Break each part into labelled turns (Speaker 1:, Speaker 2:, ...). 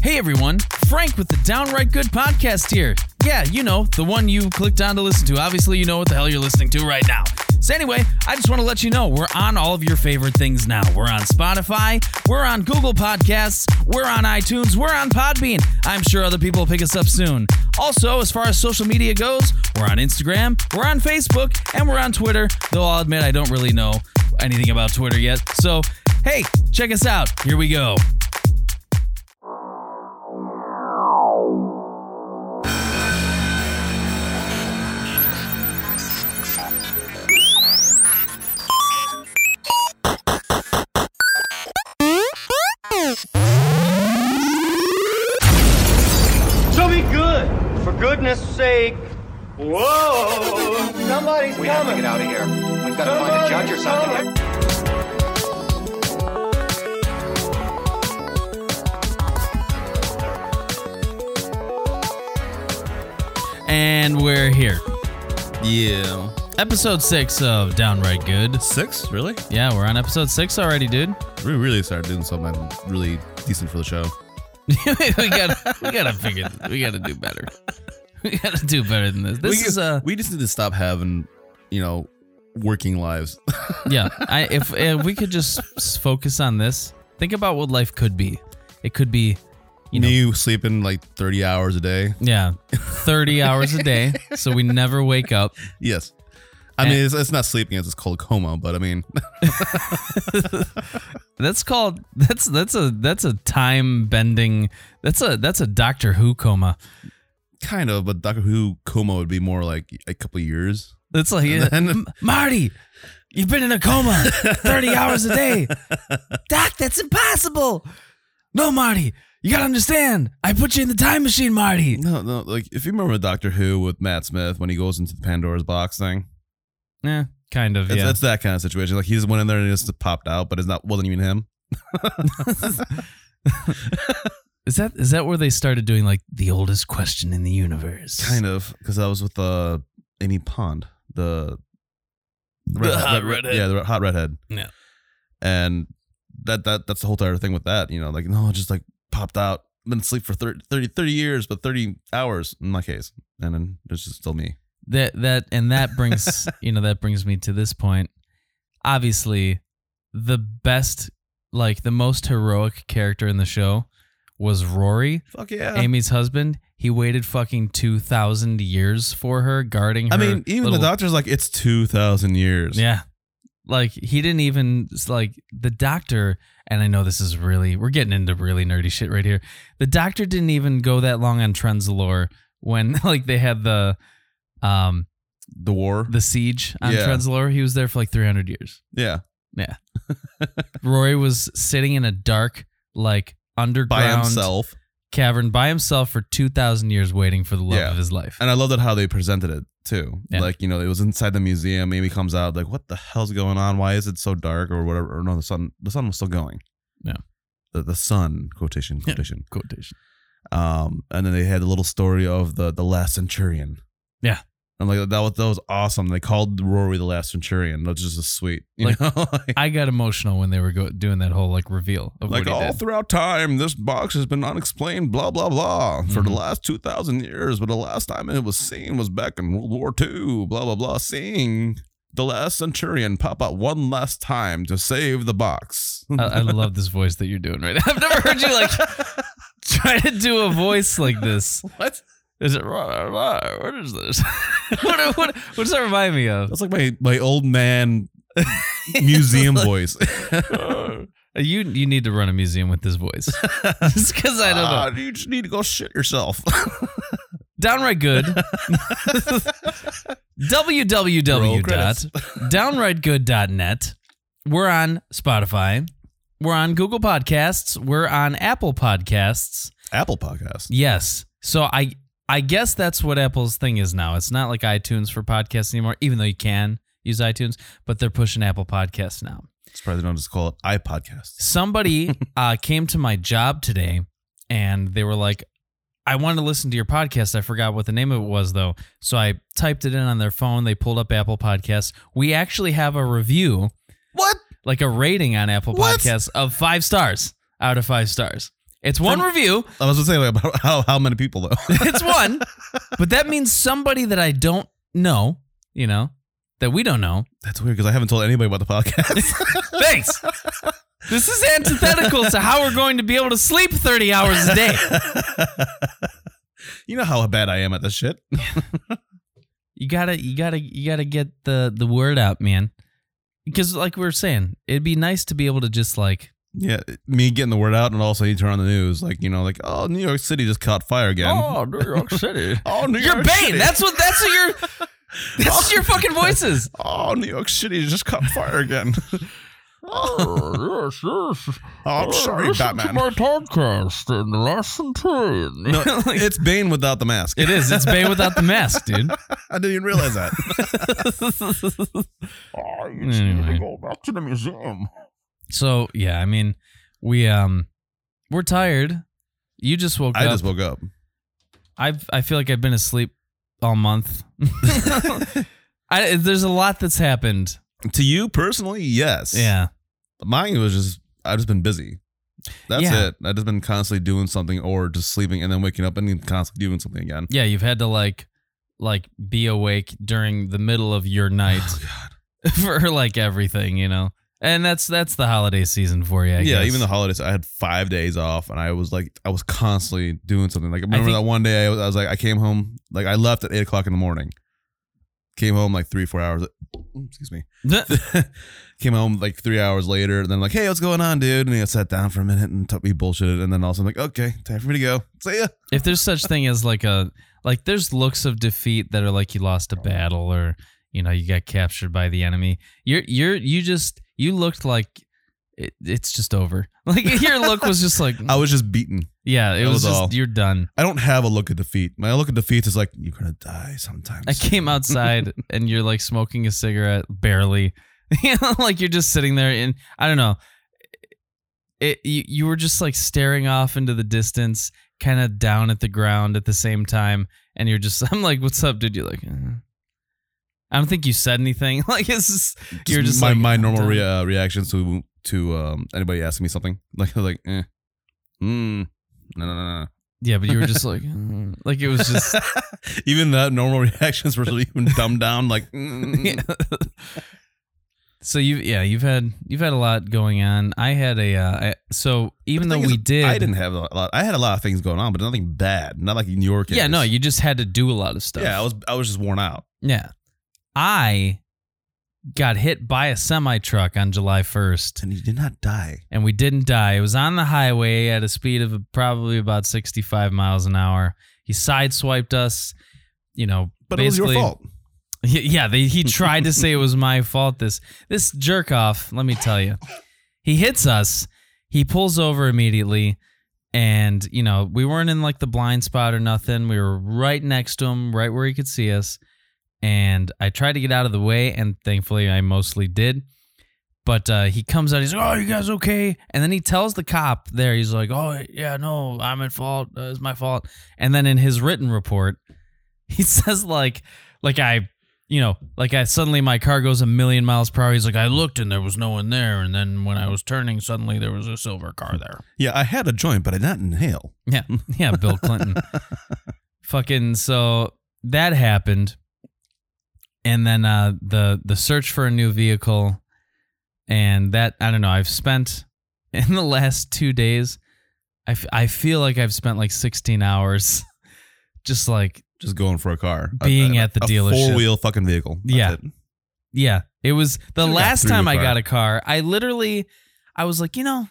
Speaker 1: Hey everyone, Frank with the Downright Good podcast here. Yeah, you know, the one you clicked on to listen to. Obviously, you know what the hell you're listening to right now. So, anyway, I just want to let you know we're on all of your favorite things now. We're on Spotify, we're on Google Podcasts, we're on iTunes, we're on Podbean. I'm sure other people will pick us up soon. Also, as far as social media goes, we're on Instagram, we're on Facebook, and we're on Twitter, though I'll admit I don't really know anything about Twitter yet. So, hey, check us out. Here we go.
Speaker 2: So be good. For goodness sake. Whoa! Somebody's
Speaker 3: We have to
Speaker 2: coming.
Speaker 3: get out of here. We've got to find a judge or something.
Speaker 1: And we're here.
Speaker 4: Yeah.
Speaker 1: Episode six of Downright Good.
Speaker 4: Six? Really?
Speaker 1: Yeah, we're on episode six already, dude.
Speaker 4: We really started doing something really decent for the show.
Speaker 1: we gotta we gotta figure we gotta do better. We gotta do better than this. This
Speaker 4: we,
Speaker 1: is uh
Speaker 4: we just need to stop having, you know, working lives.
Speaker 1: yeah. I if, if we could just s- focus on this, think about what life could be. It could be, you know,
Speaker 4: Me sleeping like 30 hours a day.
Speaker 1: yeah, thirty hours a day, so we never wake up.
Speaker 4: Yes. I
Speaker 1: And-
Speaker 4: mean, it's, it's not sleeping, it's called coma, but I mean,
Speaker 1: That's called that's that's a that's a time bending. That's a that's a Doctor Who coma.
Speaker 4: kind of, but Doctor Who coma would be more like a couple of years.
Speaker 1: That's like
Speaker 4: And then-
Speaker 1: "M- Marty. You've been in a coma 30 hours a day. Doc, that's impossible. No, Marty. You got to understand. I put you in the time machine, Marty.
Speaker 4: No, no, like if you remember Doctor Who with Matt Smith when he goes into the Pandora's box thing,
Speaker 1: Yeah, kind of.
Speaker 4: it's,
Speaker 1: Yeah.
Speaker 4: it's that kind of situation. Like he just went in there and it just popped out, but it's not wasn't even him.
Speaker 1: is that is that where they started doing like the oldest question in the universe?
Speaker 4: Kind of, because I was with uh, Amy Pond, the, the, redhead-
Speaker 1: hot
Speaker 4: red-
Speaker 1: redhead.
Speaker 4: Yeah, the red- hot redhead.
Speaker 1: Yeah.
Speaker 4: And that that that's the whole entire thing with that. You know, like no, it just like popped out. Been asleep for 30, 30, 30 years, but thirty hours in my case, and then it's just still me.
Speaker 1: That that and that brings, you know, that brings me to this point. Obviously, the best like the most heroic character in the show was Rory.
Speaker 4: Fuck yeah.
Speaker 1: Amy's husband, he waited fucking 2,000 years for her, guarding her.
Speaker 4: I mean, even
Speaker 1: little-
Speaker 4: the doctor's like, it's two thousand years.
Speaker 1: Yeah. Like, he didn't even, it's like, the doctor, and I know this is really, we're getting into really nerdy shit right here. The doctor didn't even go that long on Trenzalore when, like, they had the, um,
Speaker 4: The war.
Speaker 1: the siege on
Speaker 4: Yeah.
Speaker 1: Trenzalore. He was there for like 300 years.
Speaker 4: yeah.
Speaker 1: Rory was sitting in a dark, like,
Speaker 4: By
Speaker 1: underground
Speaker 4: himself.
Speaker 1: cavern by himself for 2,000 years waiting for the love
Speaker 4: Yeah.
Speaker 1: of his life.
Speaker 4: And I love that how they presented it too.
Speaker 1: Yeah.
Speaker 4: Like, you know, it was inside the museum. Amy comes out like, what the hell's going on? Why is it so dark or whatever? Or no, the sun the sun was still going.
Speaker 1: Yeah.
Speaker 4: The the sun quotation
Speaker 1: Yeah.
Speaker 4: quotation.
Speaker 1: Quotation.
Speaker 4: Um and then they had the little story of the the last centurion.
Speaker 1: Yeah.
Speaker 4: And like that was that was awesome. They called Rory the last centurion. That's just a sweet. You
Speaker 1: Like-
Speaker 4: know? like,
Speaker 1: I got emotional when they were go- doing that whole like reveal of
Speaker 4: like
Speaker 1: what he
Speaker 4: all
Speaker 1: did.
Speaker 4: throughout time, this box has been unexplained, blah blah blah, for
Speaker 1: Mm-hmm.
Speaker 4: the last two thousand years. But the last time it was seen was back in World War II. Blah blah blah. Seeing the last centurion pop out one last time to save the box.
Speaker 1: I-, I love this voice that you're doing right now. I've never heard you like try to do a voice like this.
Speaker 4: What?
Speaker 1: Is it wrong? What is this? what, what, what does that remind me of?
Speaker 4: That's like my my old man museum voice.
Speaker 1: You you need to run a museum with this voice. Just because I don't know.
Speaker 4: Ah, you just need to go shit yourself.
Speaker 1: Downright good.
Speaker 4: Roll credits.
Speaker 1: www.downrightgood.net. We're on Spotify. We're on Google Podcasts. We're on Apple Podcasts.
Speaker 4: Apple Podcast.
Speaker 1: Yes. So I I guess that's what Apple's thing is now. It's not like iTunes for podcasts anymore, even though you can use iTunes, but they're pushing Apple Podcasts now.
Speaker 4: Surprised they don't just call it iPodcast.
Speaker 1: Somebody uh, came to my job today and they were like, I wanted to listen to your podcast. I forgot what the name of it was, though. So I typed it in on their phone. They pulled up Apple Podcasts. We actually have a review,
Speaker 4: What?
Speaker 1: like a rating on Apple
Speaker 4: What?
Speaker 1: Podcasts of five stars out of five stars. It's one
Speaker 4: From-
Speaker 1: review.
Speaker 4: I was just saying like, about how, how many people though.
Speaker 1: It's one. but that means somebody that I don't know, you know, that we don't know.
Speaker 4: That's weird because I haven't told anybody about the podcast.
Speaker 1: Thanks. This is antithetical to how we're going to be able to sleep 30 hours a day.
Speaker 4: you know how bad I am at this shit.
Speaker 1: You gotta, you gotta, you gotta get the the word out, man. Because like we were saying, it'd be nice to be able to just like,
Speaker 4: Yeah, me getting the word out, and also you turn on the news, like you know, like oh, New York City just caught fire again.
Speaker 5: Oh,
Speaker 1: New York City.
Speaker 4: Oh, New
Speaker 1: Oh, You're
Speaker 4: York
Speaker 1: Bane.
Speaker 4: City.
Speaker 1: That's what. That's what your. That's what your fucking voices.
Speaker 4: oh, New York City just caught fire again. oh,
Speaker 5: yes, yes. Oh,
Speaker 4: I'm sorry,
Speaker 5: Listen
Speaker 4: Batman.
Speaker 5: to my podcast and lesson ten.
Speaker 4: No, it's Bane without the mask.
Speaker 1: It is. It's Bane without the mask, dude.
Speaker 4: I didn't even realize that.
Speaker 5: I Oh, just need
Speaker 1: Anyway.
Speaker 5: to go back to the museum.
Speaker 1: So yeah, I mean, we um, we're tired. You just woke
Speaker 4: I
Speaker 1: up.
Speaker 4: just woke up.
Speaker 1: I've I feel like I've been asleep all month. I, there's a lot that's happened.
Speaker 4: To you personally, yes.
Speaker 1: Yeah.
Speaker 4: Mine was just I've just been busy. That's
Speaker 1: Yeah.
Speaker 4: it. I've just been constantly doing something or just sleeping and then waking up and then constantly doing something again.
Speaker 1: Yeah, you've had to like like be awake during the middle of your night
Speaker 4: Oh,
Speaker 1: for like everything, you know. And that's that's the holiday season for you. I
Speaker 4: yeah,
Speaker 1: guess.
Speaker 4: even the holidays, I had five days off, and I was like, I was constantly doing something. Like, I remember
Speaker 1: think-
Speaker 4: that one day I was, I was like, I came home, like I left at eight o'clock in the morning, came home like three, four hours. Excuse me, came home like three hours later, and then like, hey, what's going on, dude? And I sat down for a minute and took me bullshitted, and then also I'm like, okay, time for me to go. See ya.
Speaker 1: if there's such thing as like a like there's looks of defeat that are like you lost a battle or you know you got captured by the enemy you're you're you just you looked like it, it's just over like your look was just like
Speaker 4: I was just beaten.
Speaker 1: yeah it
Speaker 4: that
Speaker 1: was,
Speaker 4: was
Speaker 1: just
Speaker 4: all.
Speaker 1: you're done
Speaker 4: I don't have a look of defeat. My look of defeat is like, you're gonna die sometimes.
Speaker 1: i came outside and you're like smoking a cigarette barely you know like you're just sitting there and i don't know it you, you were just like staring off into the distance kind of down at the ground at the same time and you're just i'm like what's up dude you're like "Uh." i don't think you said anything like it's just, you're just
Speaker 4: my
Speaker 1: like,
Speaker 4: my
Speaker 1: "I'm
Speaker 4: normal
Speaker 1: done."
Speaker 4: re- uh, reactions to to um, anybody asking me something like like eh, mm, no no no no.
Speaker 1: yeah but you were just like "Uh." like it was just
Speaker 4: even that normal reactions were really even dumbed down. Like mm,
Speaker 1: Yeah. so you yeah you've had you've had a lot going on i had a uh, I, so even
Speaker 4: The
Speaker 1: though
Speaker 4: thing
Speaker 1: we
Speaker 4: is,
Speaker 1: did
Speaker 4: I didn't have a lot. I had a lot of things going on, but nothing bad. Not like New York.
Speaker 1: yeah
Speaker 4: is.
Speaker 1: no you just had to do a lot of stuff
Speaker 4: Yeah, I was I was just worn out.
Speaker 1: yeah i got hit by a semi truck on july 1st
Speaker 4: And you did not die.
Speaker 1: and we didn't die. It was on the highway at a speed of probably about 65 miles an hour. He sideswiped us, you know.
Speaker 4: But it was your
Speaker 1: basically-
Speaker 4: fault.
Speaker 1: Yeah, they, he tried to say it was my fault. This this jerk off. Let me tell you, he hits us. He pulls over immediately, and you know we weren't in like the blind spot or nothing. We were right next to him, right where he could see us. And I tried to get out of the way, and thankfully I mostly did. But uh, he comes out. He's like, "Oh, you guys okay?" And then he tells the cop there. He's like, "Oh, yeah, no, I'm at fault. Uh, it's my fault." And then in his written report, he says like, like I, you know, like I suddenly my car goes a million miles per hour. He's like, I looked and there was no one there, and then when I was turning, suddenly there was a silver car there.
Speaker 4: Yeah, I had a joint, but I did not inhale.
Speaker 1: Yeah, yeah, Bill Clinton. Fucking so that happened, and then uh, the the search for a new vehicle, and that I don't know. I've spent in the last two days, I, f- I feel like I've spent like sixteen hours, just like
Speaker 4: Just going for a car. A-
Speaker 1: Being
Speaker 4: a-
Speaker 1: at the
Speaker 4: a
Speaker 1: dealership.
Speaker 4: Four wheel fucking vehicle. That's
Speaker 1: Yeah.
Speaker 4: it.
Speaker 1: Yeah, it was the
Speaker 4: Should've got
Speaker 1: last
Speaker 4: three
Speaker 1: time I
Speaker 4: with
Speaker 1: got
Speaker 4: that.
Speaker 1: a car. I literally, I was like, you know,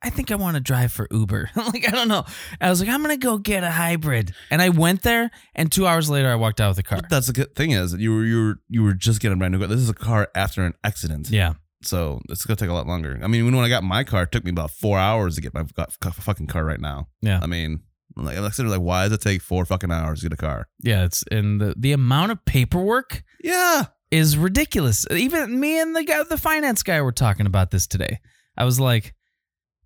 Speaker 1: I think I want to drive for Uber. like, I don't know. I was like, I'm gonna go get a hybrid, and I went there, and two hours later, I walked out with a car.
Speaker 4: But that's the good thing is you were you were you were just getting a brand new car. This is a car after an accident.
Speaker 1: yeah,
Speaker 4: So it's gonna take a lot longer. I mean, when, when I got my car, it took me about four hours to get my fu- fu- fucking car right now.
Speaker 1: Yeah.
Speaker 4: I mean, I'm like I'm like, sitting there like, why does it take four fucking hours to get a car?
Speaker 1: yeah. It's and the the amount of paperwork
Speaker 4: Yeah.
Speaker 1: is ridiculous. Even me and the guy, the finance guy, were talking about this today. I was like,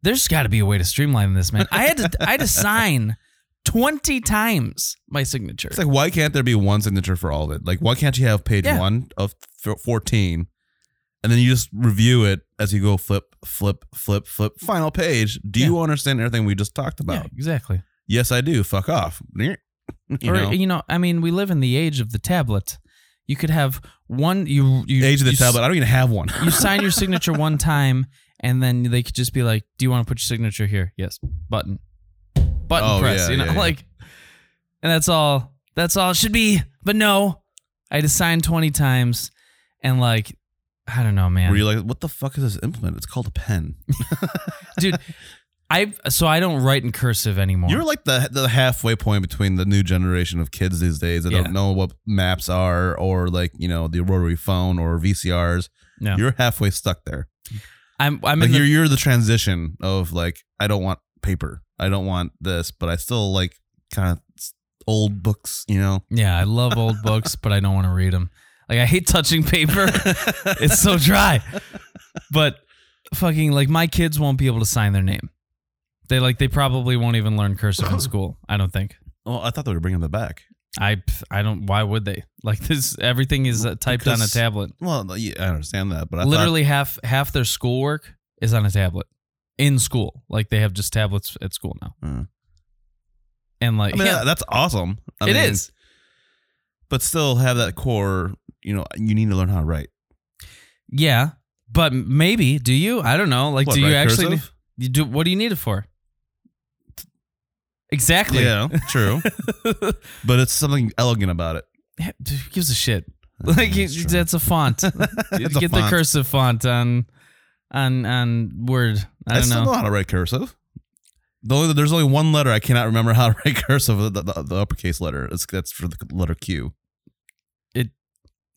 Speaker 1: "There's got to be a way to streamline this, man." I had to, I had to sign twenty times my signature.
Speaker 4: It's like why can't there be one signature for all of it? Like why can't you have page
Speaker 1: Yeah.
Speaker 4: one of f- fourteen, and then you just review it as you go flip, flip, flip, flip. Final page. Do you understand everything we just talked about?
Speaker 1: Yeah, exactly.
Speaker 4: Yes, I do. Fuck off. You
Speaker 1: or
Speaker 4: know,
Speaker 1: you know, I mean, we live in the age of the tablet. You could have one. You, you
Speaker 4: age of the
Speaker 1: you s-
Speaker 4: tablet. I don't even have one.
Speaker 1: you sign your signature one time, and then they could just be like, "Do you want to put your signature here?" Yes, button, button
Speaker 4: Oh,
Speaker 1: press.
Speaker 4: yeah,
Speaker 1: you know,
Speaker 4: yeah, yeah.
Speaker 1: like, and that's all. That's all it should be. But no, I had to sign twenty times, and like, I don't know, man.
Speaker 4: Were you like, what the fuck is this implement? It's called a pen.
Speaker 1: dude. I so I don't write in cursive anymore.
Speaker 4: You're like the the halfway point between the new generation of kids these days that
Speaker 1: Yeah.
Speaker 4: don't know what maps are or like you know the rotary phone or VCRs.
Speaker 1: no,
Speaker 4: You're halfway stuck there.
Speaker 1: I'm I'm
Speaker 4: like
Speaker 1: in the-
Speaker 4: you're you're the transition of like I don't want paper, I don't want this, but I still like kind of old books, you know.
Speaker 1: Yeah, I love old books, but I don't want to read them. Like I hate touching paper. it's so dry. But fucking like my kids won't be able to sign their name. They like they probably won't even learn cursive in school. I don't think.
Speaker 4: Well, I thought they were bringing that back.
Speaker 1: I I don't why would they? Like this everything is uh, typed on a
Speaker 4: Because-
Speaker 1: tablet.
Speaker 4: Well, yeah, I understand that, but I literally,
Speaker 1: Literally half half their schoolwork is on a tablet in school. Like they have just tablets at school now.
Speaker 4: Mm.
Speaker 1: And like
Speaker 4: I mean,
Speaker 1: yeah,
Speaker 4: that- that's awesome. I
Speaker 1: it
Speaker 4: mean,
Speaker 1: is.
Speaker 4: but still have that core. You know, you need to learn how to write.
Speaker 1: Yeah. But maybe do you? I don't know. Like
Speaker 4: What,
Speaker 1: do you
Speaker 4: write
Speaker 1: actually
Speaker 4: cursive?
Speaker 1: You do. What do you need it for? Exactly.
Speaker 4: Yeah, true. but it's something elegant about it.
Speaker 1: Yeah, dude, Who gives a shit?
Speaker 4: Yeah,
Speaker 1: Like
Speaker 4: that's
Speaker 1: it-
Speaker 4: true.
Speaker 1: that's a font.
Speaker 4: It's a
Speaker 1: Get the
Speaker 4: font.
Speaker 1: cursive font on, on on Word. I
Speaker 4: I,
Speaker 1: don't
Speaker 4: still
Speaker 1: know.
Speaker 4: know. how to write cursive. The only, there's only one letter I cannot remember how to write cursive. The, the, the uppercase letter. It's that's for the letter Q.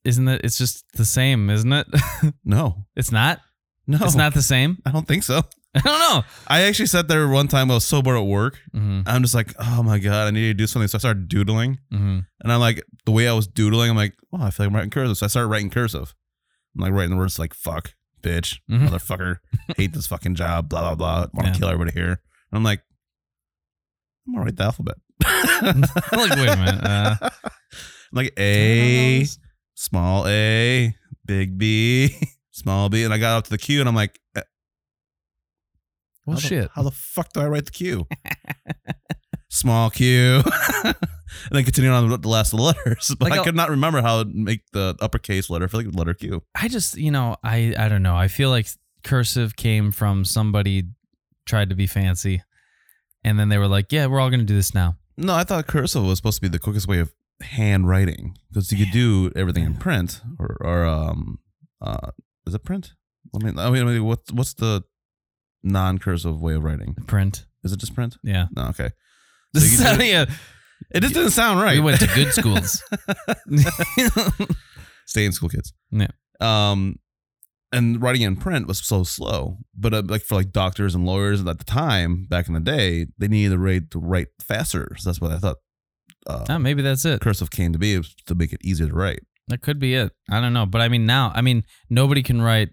Speaker 1: Isn't it? It's just the same, isn't it?
Speaker 4: No,
Speaker 1: it's not.
Speaker 4: no,
Speaker 1: It's not the same.
Speaker 4: I don't think so.
Speaker 1: I don't know.
Speaker 4: I actually sat there one time. I was so bored at work.
Speaker 1: Mhm,
Speaker 4: I'm just like, oh my god, I need to do something. So I started doodling,
Speaker 1: mhm.
Speaker 4: and I'm like, the way I was doodling, I'm like, oh, I feel like I'm writing cursive. So I started writing cursive. I'm like writing the words like fuck, bitch,
Speaker 1: Mhm.
Speaker 4: motherfucker, hate this fucking job, blah blah blah. Want to
Speaker 1: Yeah.
Speaker 4: kill everybody here. And I'm like, I'm gonna write the alphabet.
Speaker 1: like wait a minute. Uh,
Speaker 4: like A, small A, big B, small B, and I got up to the Q, and I'm like, eh,
Speaker 1: well,
Speaker 4: how the-
Speaker 1: shit.
Speaker 4: how the fuck do I write the Q? small Q, and then continue on with the last letters, but
Speaker 1: Like
Speaker 4: I
Speaker 1: a-
Speaker 4: could not remember how to make the uppercase letter for like letter Q.
Speaker 1: I just you know I I don't know. I feel like cursive came from somebody tried to be fancy, and then they were like, yeah, we're all gonna do this now.
Speaker 4: No, I thought cursive was supposed to be the quickest way of handwriting because you could do everything in print or, or um, uh, is it print? I mean, I mean, I mean, what what's the non-cursive way of writing?
Speaker 1: Print.
Speaker 4: Is it just print?
Speaker 1: Yeah.
Speaker 4: No, okay.
Speaker 1: This
Speaker 4: So you
Speaker 1: is
Speaker 4: do-
Speaker 1: how you-
Speaker 4: It just didn't sound right.
Speaker 1: We went to good schools.
Speaker 4: Stay in school, kids.
Speaker 1: Yeah.
Speaker 4: Um, and writing in print was so slow, but uh, like for like doctors and lawyers at the time, back in the day, they needed to write to write faster. So that's what I thought. Uh,
Speaker 1: oh, maybe that's it.
Speaker 4: cursive came to be was to make it easier to write.
Speaker 1: That could be it. I don't know. But I mean, now, I mean, nobody can write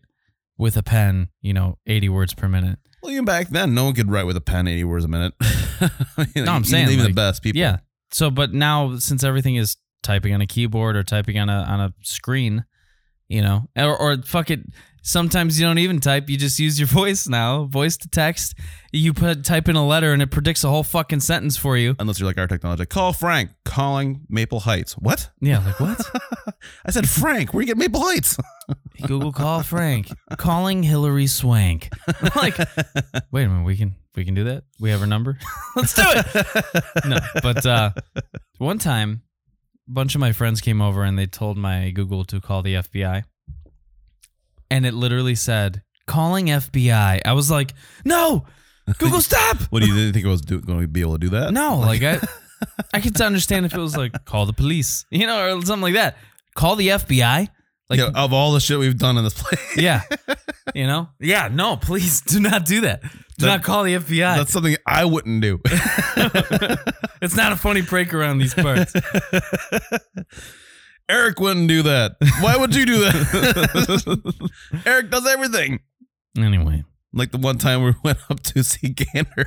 Speaker 1: with a pen, you know, 80 words per minute.
Speaker 4: Well, even back then, no one could write with a pen eighty words a minute. I mean,
Speaker 1: No, I'm
Speaker 4: even-
Speaker 1: saying,
Speaker 4: even
Speaker 1: like,
Speaker 4: the best people.
Speaker 1: Yeah. So, but now, since everything is typing on a keyboard or typing on a on a screen, you know, or, or fuck it, sometimes you don't even type. You just use your voice now, voice to text. You put type in a letter and it predicts a whole fucking sentence for you.
Speaker 4: Unless you're like our technology, call Frank. Calling Maple Heights. What?
Speaker 1: Yeah, like what?
Speaker 4: I said Frank. Where you get Maple Heights?
Speaker 1: Google call Frank. Calling Hillary Swank. like, wait a minute, we can we can do that? We have her number? Let's do it. no, but uh one time a bunch of my friends came over and they told my Google to call the FBI. And it literally said, calling FBI. I was like, no, Google stop.
Speaker 4: What do you didn't think I was do- going to be able to do that?
Speaker 1: No, like I, I could understand if it was like call the police, you know, or something like that. Call the FBI. Like
Speaker 4: Yeah, of all the shit we've done in this place,
Speaker 1: Yeah. You know? Yeah, no, please do not do that. Do not call the FBI.
Speaker 4: that's something I wouldn't do.
Speaker 1: it's not a funny break around these parts.
Speaker 4: Eric wouldn't do that. Why would you do that? Eric does everything.
Speaker 1: anyway,
Speaker 4: Like the one time we went up to see Gander.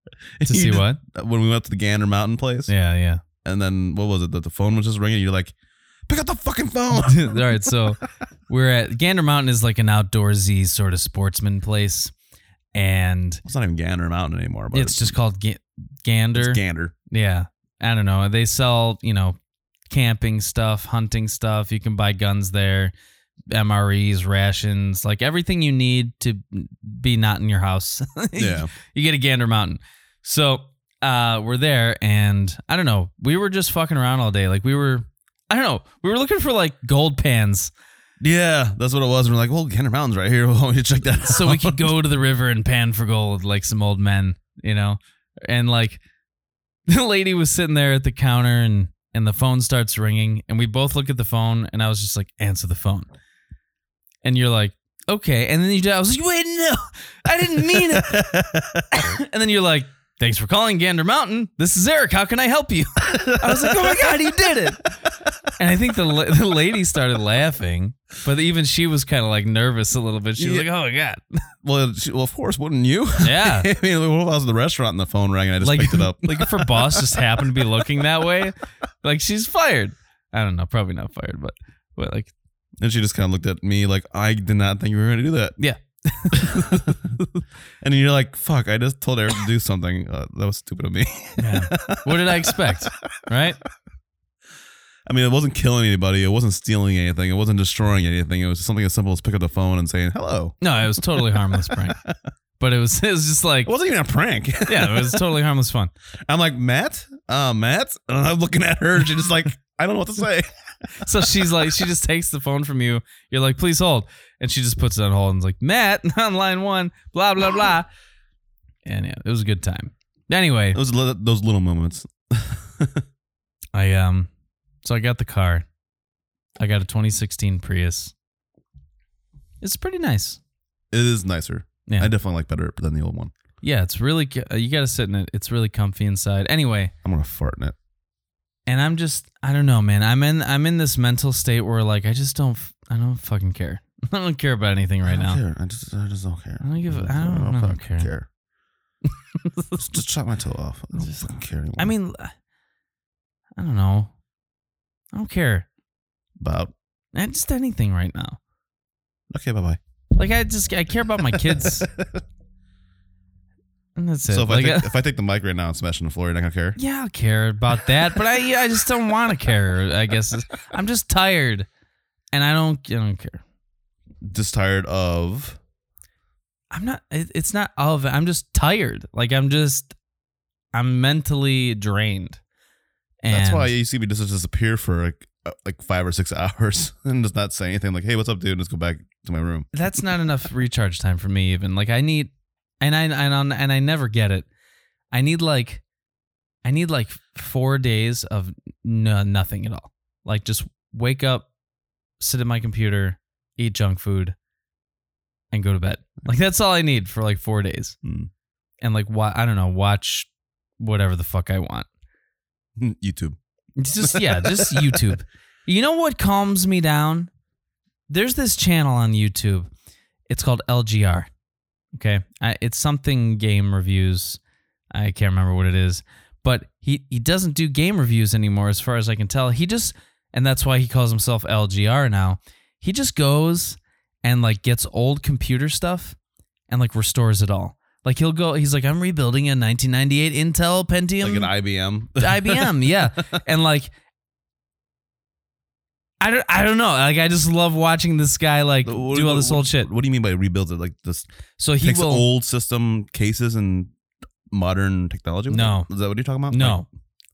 Speaker 1: to see what?
Speaker 4: When we went to the Gander Mountain place.
Speaker 1: Yeah, yeah.
Speaker 4: And then what was it? That the phone was just ringing. You're like, pick up the fucking phone.
Speaker 1: All right, so We're at Gander Mountain is like an outdoorsy sort of sportsman place, and
Speaker 4: It's not even Gander Mountain anymore, but
Speaker 1: it's just called Ga- Gander.
Speaker 4: it's Gander.
Speaker 1: yeah, I don't know. They sell you know camping stuff, hunting stuff. You can buy guns there, MREs, rations, like everything you need to be not in your house.
Speaker 4: Yeah.
Speaker 1: you get a Gander Mountain. So uh, we're there, and I don't know. We were just fucking around all day. Like we were, I don't know. We were looking for like gold pans
Speaker 4: Yeah, that's what it was. We're like, well, Gander Mountain's right here. Why don't you check that out?
Speaker 1: so we could go to the river and pan for gold like some old men, you know? And like the lady was sitting there at the counter and and the phone starts ringing and we both look at the phone and I was just like answer the phone. And you're like, "Okay." And then you do- I was like, "Wait, no. I didn't mean it." and then you're like, "Thanks for calling Gander Mountain. This is Eric. How can I help you?" I was like, "Oh my god, he did it." And I think the, la- the lady started laughing, but even she was kind of like nervous a little bit. She was
Speaker 4: Yeah.
Speaker 1: like, "Oh my god."
Speaker 4: well, she- well, of course, wouldn't you?
Speaker 1: Yeah.
Speaker 4: I mean, what if I was at the restaurant and the phone rang and I just
Speaker 1: like,
Speaker 4: picked it up?
Speaker 1: like if her boss just happened to be looking that way, like she's fired. I don't know, probably not fired, but but like
Speaker 4: And she just kind of looked at me like, I did not think you were going to do that.
Speaker 1: Yeah.
Speaker 4: and you're like, fuck, I just told Eric to do something. Uh, that was stupid of me.
Speaker 1: what did I expect? Right?
Speaker 4: I mean, it wasn't killing anybody. It wasn't stealing anything. It wasn't destroying anything. It was something as simple as pick up the phone and saying hello.
Speaker 1: No, it was totally harmless prank. But it was it was just like
Speaker 4: It wasn't even a prank.
Speaker 1: yeah, it was totally harmless fun.
Speaker 4: I'm like, Matt? Uh, Matt? And I'm looking at her. and She's just like, I don't know what to say.
Speaker 1: So she's like she just takes the phone from you. You're like, please hold. And she just puts it on hold and's like, Matt on line one, blah blah blah. And yeah, it was a good time. Anyway,
Speaker 4: Those, li- those little moments.
Speaker 1: I um so I got the car. I got a 2016 Prius. It's pretty nice.
Speaker 4: It is nicer.
Speaker 1: Yeah.
Speaker 4: I definitely like better than the old one.
Speaker 1: Yeah, it's really co- you got to sit in it. It's really comfy inside. Anyway,
Speaker 4: I'm going to fart in it.
Speaker 1: and I'm just I don't know, man. I'm in I'm in this mental state where like I just don't f- I don't fucking care. I don't care about anything right
Speaker 4: I don't
Speaker 1: now.
Speaker 4: care. I just, I just don't care.
Speaker 1: I don't give a- I don't- I don't
Speaker 4: fucking
Speaker 1: care.
Speaker 4: just, just chop my toe off. I don't fucking care anymore.
Speaker 1: I mean, I don't know. I don't care.
Speaker 4: about
Speaker 1: Eh, Just anything right now.
Speaker 4: okay, bye bye.
Speaker 1: Like I just I care about my kids. and that's it.
Speaker 4: So if
Speaker 1: like,
Speaker 4: I
Speaker 1: uh,
Speaker 4: take, if I take the mic right now and smash it on the floor, you're not gonna care.
Speaker 1: Yeah, I'll care about that, but I yeah, I just don't want to care. I guess is- I'm just tired, and I don't I don't care.
Speaker 4: Just tired of.
Speaker 1: I'm not. it- It's not of. it. I'm just tired. Like I'm just. I'm mentally drained. And
Speaker 4: That's why you see me just disappear for like uh, like five or six hours and just not say anything. Like, hey, what's up, dude? Let's go back to my room.
Speaker 1: that's not enough recharge time for me. Even like I need, and I and on and I never get it. I need like, I need like four days of no, nothing at all. Like just wake up, sit at my computer, eat junk food, and go to bed. Like that's all I need for like four days.
Speaker 4: Hmm.
Speaker 1: And like wa- I don't know, watch whatever the fuck I want.
Speaker 4: YouTube.
Speaker 1: It's just yeah, just YouTube. You know what calms me down? There's this channel on YouTube. It's called LGR. Okay, I, it's something game reviews. I can't remember what it is, but he he doesn't do game reviews anymore, as far as I can tell. He just and that's why he calls himself LGR now. He just goes and like gets old computer stuff and like restores it all. Like he'll go, he's like, I'm rebuilding a 1998 Intel Pentium
Speaker 4: Like an IBM.
Speaker 1: IBM, yeah. And like I don't I don't know. Like I just love watching this guy like
Speaker 4: What-
Speaker 1: do all
Speaker 4: what-
Speaker 1: this old shit.
Speaker 4: What do you mean by rebuilds it? Like just
Speaker 1: So he
Speaker 4: takes
Speaker 1: will
Speaker 4: old system cases and modern technology. with
Speaker 1: No.
Speaker 4: it? is that what you're talking about? Like,
Speaker 1: No.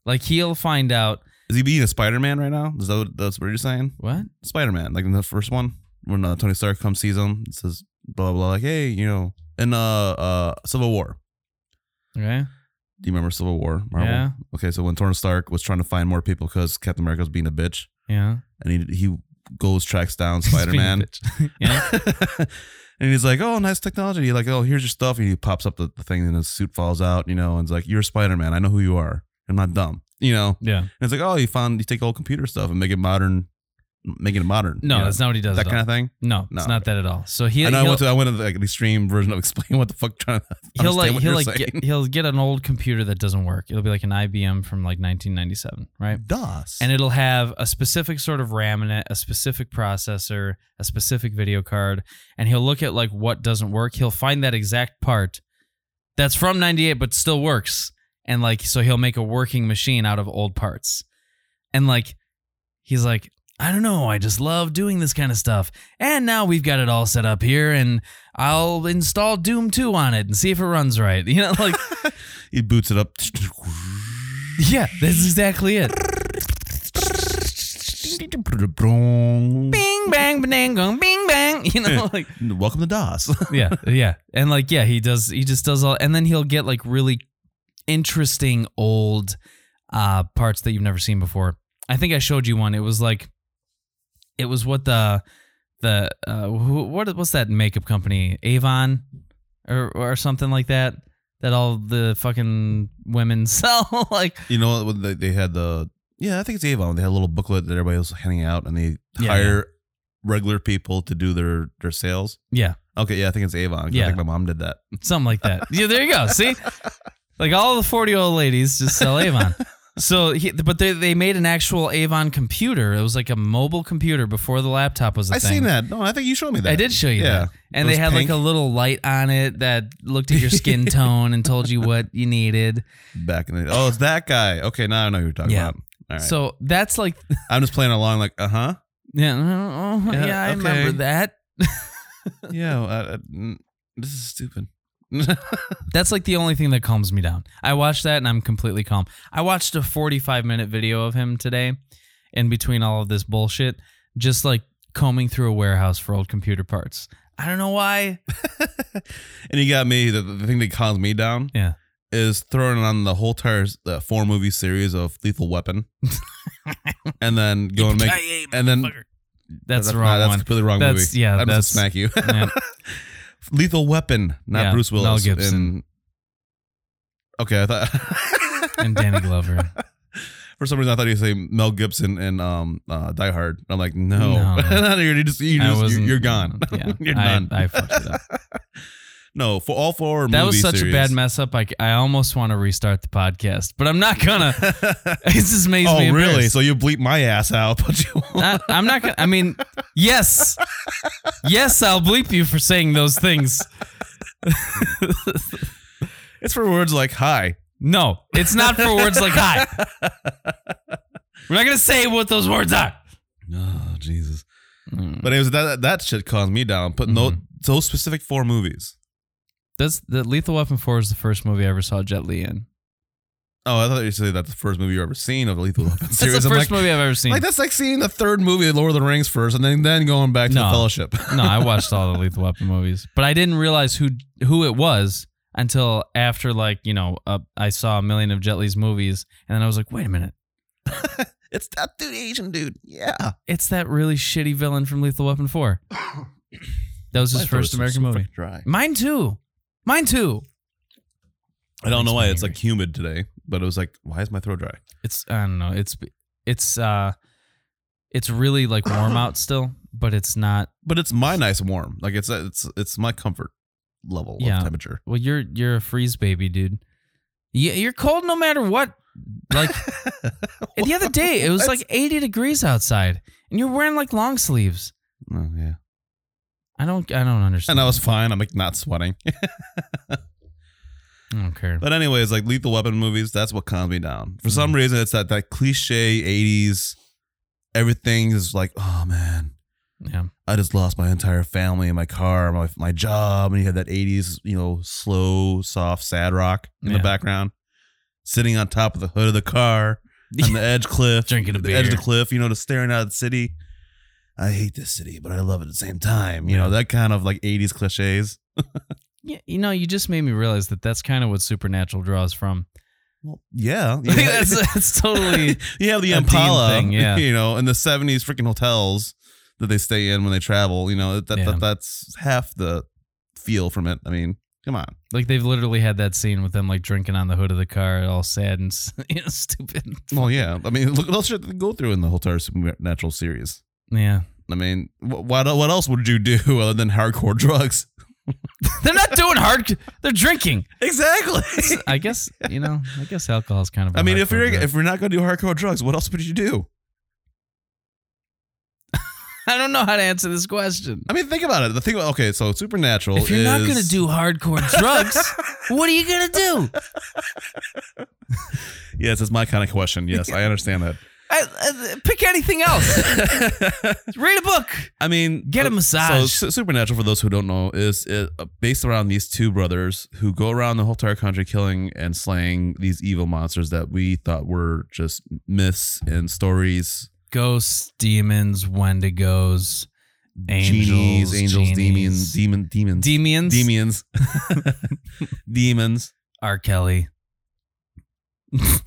Speaker 1: Like he'll find out
Speaker 4: Is he being a Spider Man right now? Is that what, that's what you're saying?
Speaker 1: what?
Speaker 4: Spider Man, like in the first one, when uh, Tony Stark comes sees him, it says blah blah, blah like hey, you know, in uh, uh Civil War.
Speaker 1: Okay.
Speaker 4: Do you remember Civil War? Marvel?
Speaker 1: Yeah.
Speaker 4: Okay, so when Tony Stark was trying to find more people because Captain America was being a bitch,
Speaker 1: Yeah.
Speaker 4: and he he goes tracks down
Speaker 1: He's being a
Speaker 4: Spider Man.
Speaker 1: bitch. yeah.
Speaker 4: and he's like, "Oh, nice technology." He's like, "Oh, here's your stuff." And he pops up the, the thing, and his suit falls out. You know, and it's like, "You're Spider Man. I know who you are. I'm not dumb." You know,
Speaker 1: Yeah.
Speaker 4: And it's like, oh, you found you take old computer stuff and make it modern making it modern.
Speaker 1: No,
Speaker 4: you know,
Speaker 1: that's not what he does.
Speaker 4: that
Speaker 1: at
Speaker 4: kind
Speaker 1: all.
Speaker 4: of thing.
Speaker 1: No,
Speaker 4: No.
Speaker 1: it's not that at all. So he,
Speaker 4: I know I
Speaker 1: he'll-
Speaker 4: went to I went to like the extreme version of explaining what the fuck trying to
Speaker 1: he'll
Speaker 4: understand
Speaker 1: like
Speaker 4: what
Speaker 1: he'll
Speaker 4: you're
Speaker 1: like
Speaker 4: saying.
Speaker 1: get, he'll get an old computer that doesn't work. It'll be like an IBM from like 1997, right?
Speaker 4: DOS.
Speaker 1: And it'll have a specific sort of RAM in it, a specific processor, a specific video card, and he'll look at like what doesn't work. He'll find that exact part that's from 98 but still works. And like so he'll make a working machine out of old parts. And like he's like I don't know, I just love doing this kind of stuff. And now we've got it all set up here and I'll install Doom 2 on it and see if it runs right. You know like
Speaker 4: he boots it up.
Speaker 1: yeah, that's exactly it. bing bang bang gong bing bang you know like
Speaker 4: Welcome to DOS.
Speaker 1: yeah yeah and like yeah he does he just does all and then he'll get like really interesting old uh parts that you've never seen before i think i showed you one it was like it was what the the uh who, what what's that makeup company avon or or something like that that all the fucking women sell like
Speaker 4: you know when they, they had the yeah i think it's avon they had a little booklet that everybody was handing out and they
Speaker 1: Yeah,
Speaker 4: hire regular people to do their their sales
Speaker 1: yeah
Speaker 4: okay yeah i think it's avon 'cause
Speaker 1: Yeah.
Speaker 4: i think my mom did that
Speaker 1: something like that. yeah, there you go. See, like all the forty-year-old ladies just sell Avon. So, he, but they they made an actual Avon computer. It was like a mobile computer before the laptop was a
Speaker 4: i
Speaker 1: thing.
Speaker 4: seen that no i think you showed me that
Speaker 1: I did show you
Speaker 4: yeah
Speaker 1: that. And
Speaker 4: It
Speaker 1: they
Speaker 4: was
Speaker 1: had like
Speaker 4: pink.
Speaker 1: a little light on it that looked at your skin tone and told you what you needed.
Speaker 4: back in the oh it's that guy okay now i know who you're talking
Speaker 1: Yeah.
Speaker 4: about all right so
Speaker 1: So that's like,
Speaker 4: i'm just playing along like uh-huh
Speaker 1: yeah, oh, yeah,
Speaker 4: Yeah,
Speaker 1: I
Speaker 4: okay.
Speaker 1: remember that.
Speaker 4: yeah well, I- I- mm, this is stupid
Speaker 1: That's like the only thing that calms me down. I watch that and I'm completely calm. I watched a 45 minute video of him today in between all of this bullshit, just like combing through a warehouse for old computer parts. I don't know why.
Speaker 4: and you got me the, the thing that calms me down
Speaker 1: Yeah.
Speaker 4: is throwing on the whole entire uh, four movie series of lethal weapon and then go and make
Speaker 1: Yippee-ki-yay,
Speaker 4: and then
Speaker 1: motherfucker. That's the
Speaker 4: not-
Speaker 1: wrong
Speaker 4: that's
Speaker 1: one.
Speaker 4: completely wrong
Speaker 1: That's-
Speaker 4: movie.
Speaker 1: yeah,
Speaker 4: I'm
Speaker 1: that's-
Speaker 4: just smack you.
Speaker 1: Yeah.
Speaker 4: Lethal Weapon, not
Speaker 1: Yeah,
Speaker 4: Bruce
Speaker 1: Mel
Speaker 4: Willis.
Speaker 1: Gibson.
Speaker 4: and- okay, I thought.
Speaker 1: And Danny Glover.
Speaker 4: For some reason, I thought you say Mel Gibson and um, uh, Die Hard. I'm like, no,
Speaker 1: No.
Speaker 4: No, you're just, you
Speaker 1: I
Speaker 4: just- you're-
Speaker 1: wasn't-
Speaker 4: you're gone.
Speaker 1: Yeah.
Speaker 4: you're
Speaker 1: I,
Speaker 4: done.
Speaker 1: I fucked it up.
Speaker 4: no, for all four.
Speaker 1: That was
Speaker 4: movie
Speaker 1: such
Speaker 4: series.
Speaker 1: a bad mess up. I, I almost want to restart the podcast, but I'm not gonna. this just makes me.
Speaker 4: Oh, really?
Speaker 1: embarrassed.
Speaker 4: So you bleep my ass out, but you won't.
Speaker 1: I, I'm not gonna. I mean, yes, yes, I'll bleep you for saying those things.
Speaker 4: it's for words like hi.
Speaker 1: No, it's not for words like hi. We're not gonna say what those words are.
Speaker 4: Oh, Jesus.
Speaker 1: Mm.
Speaker 4: But it was that that shit calms me down. But
Speaker 1: Mm-hmm.
Speaker 4: no, those specific four movies.
Speaker 1: That's the Lethal Weapon Four is the first movie I ever saw Jet Li in.
Speaker 4: Oh, I thought you said that's the first movie you ever seen of the Lethal Weapon
Speaker 1: That's
Speaker 4: series.
Speaker 1: the
Speaker 4: I'm
Speaker 1: first
Speaker 4: like,
Speaker 1: movie I've ever seen.
Speaker 4: like that's like seeing the third movie of Lord of the Rings first, and then then going back to
Speaker 1: No.
Speaker 4: the Fellowship.
Speaker 1: no, I watched all the Lethal Weapon movies, but I didn't realize who who it was until after like you know uh, I saw a million of Jet Li's movies, and then I was like, wait a minute,
Speaker 4: it's that dude, Asian dude. Yeah,
Speaker 1: it's that really shitty villain from Lethal Weapon Four. That was his first American movie.
Speaker 4: Dry.
Speaker 1: Mine too. Mine too.
Speaker 4: I don't know
Speaker 1: Makes
Speaker 4: why
Speaker 1: me
Speaker 4: it's
Speaker 1: angry.
Speaker 4: like humid today, but it was like, why is my throat dry?
Speaker 1: It's I don't know. It's it's uh it's really like warm out still, but it's not
Speaker 4: But it's my nice warm. Like it's it's it's my comfort level
Speaker 1: Yeah.
Speaker 4: of temperature.
Speaker 1: well you're you're a freeze baby, dude. Yeah, you're cold no matter what. Like the other day it was like 80 degrees outside and you're wearing like long sleeves.
Speaker 4: Oh, yeah,
Speaker 1: I don't I don't understand.
Speaker 4: and I was fine. I'm like not sweating.
Speaker 1: I don't care.
Speaker 4: But anyways, like Lethal Weapon movies, that's what calms me down. For
Speaker 1: Mm.
Speaker 4: some reason, it's that that cliche '80s. Everything is like, oh man,
Speaker 1: yeah.
Speaker 4: I just lost my entire family, my car, my my job, and you had that '80s, you know, slow, soft, sad rock in
Speaker 1: Yeah.
Speaker 4: the background, sitting on top of the hood of the car on the edge cliff,
Speaker 1: Drinking a
Speaker 4: the edge of the
Speaker 1: beer.
Speaker 4: cliff, you know, just staring out at the city. I hate this city, but I love it at the same time. You know, that kind of like '80s cliches.
Speaker 1: Yeah, you know, you just made me realize that that's kind of what Supernatural draws from.
Speaker 4: Well, yeah,
Speaker 1: Like, that's, that's totally
Speaker 4: you have the
Speaker 1: a
Speaker 4: Impala,
Speaker 1: Dean thing, yeah.
Speaker 4: you know, and the '70s freaking hotels that they stay in when they travel. You know, that,
Speaker 1: Yeah.
Speaker 4: that that's half the feel from it. I mean, come on.
Speaker 1: Like they've literally had that scene with them like drinking on the hood of the car, all sad and you know, stupid.
Speaker 4: Well, yeah. I mean, look at all the shit that they go through in the whole entire Supernatural series.
Speaker 1: Yeah.
Speaker 4: I mean, wh- what what else would you do other than hardcore drugs?
Speaker 1: They're not doing hard. They're drinking.
Speaker 4: Exactly.
Speaker 1: I guess you know. I guess alcohol's kind of. I
Speaker 4: I mean, if you're if you're not going to do hardcore drugs, what else would you do?
Speaker 1: I don't know how to answer this question.
Speaker 4: I mean, think about it. The thing, okay, so Supernatural.
Speaker 1: If you're not
Speaker 4: is-
Speaker 1: gonna do hardcore drugs, what are you gonna do?
Speaker 4: yes, it's my kind of question. Yes, I understand that.
Speaker 1: I, I, pick anything else. Read a book.
Speaker 4: I mean,
Speaker 1: Get a
Speaker 4: uh,
Speaker 1: massage.
Speaker 4: So, Su- Supernatural, for those who don't know, is uh, based around these two brothers who go around the whole entire country killing and slaying these evil monsters that we thought were just myths and stories,
Speaker 1: Ghosts, demons, Wendigos, angels,
Speaker 4: genies, angels,
Speaker 1: genies,
Speaker 4: demons, demon, demons,
Speaker 1: Demians,
Speaker 4: demons, demons.
Speaker 1: R. Kelly.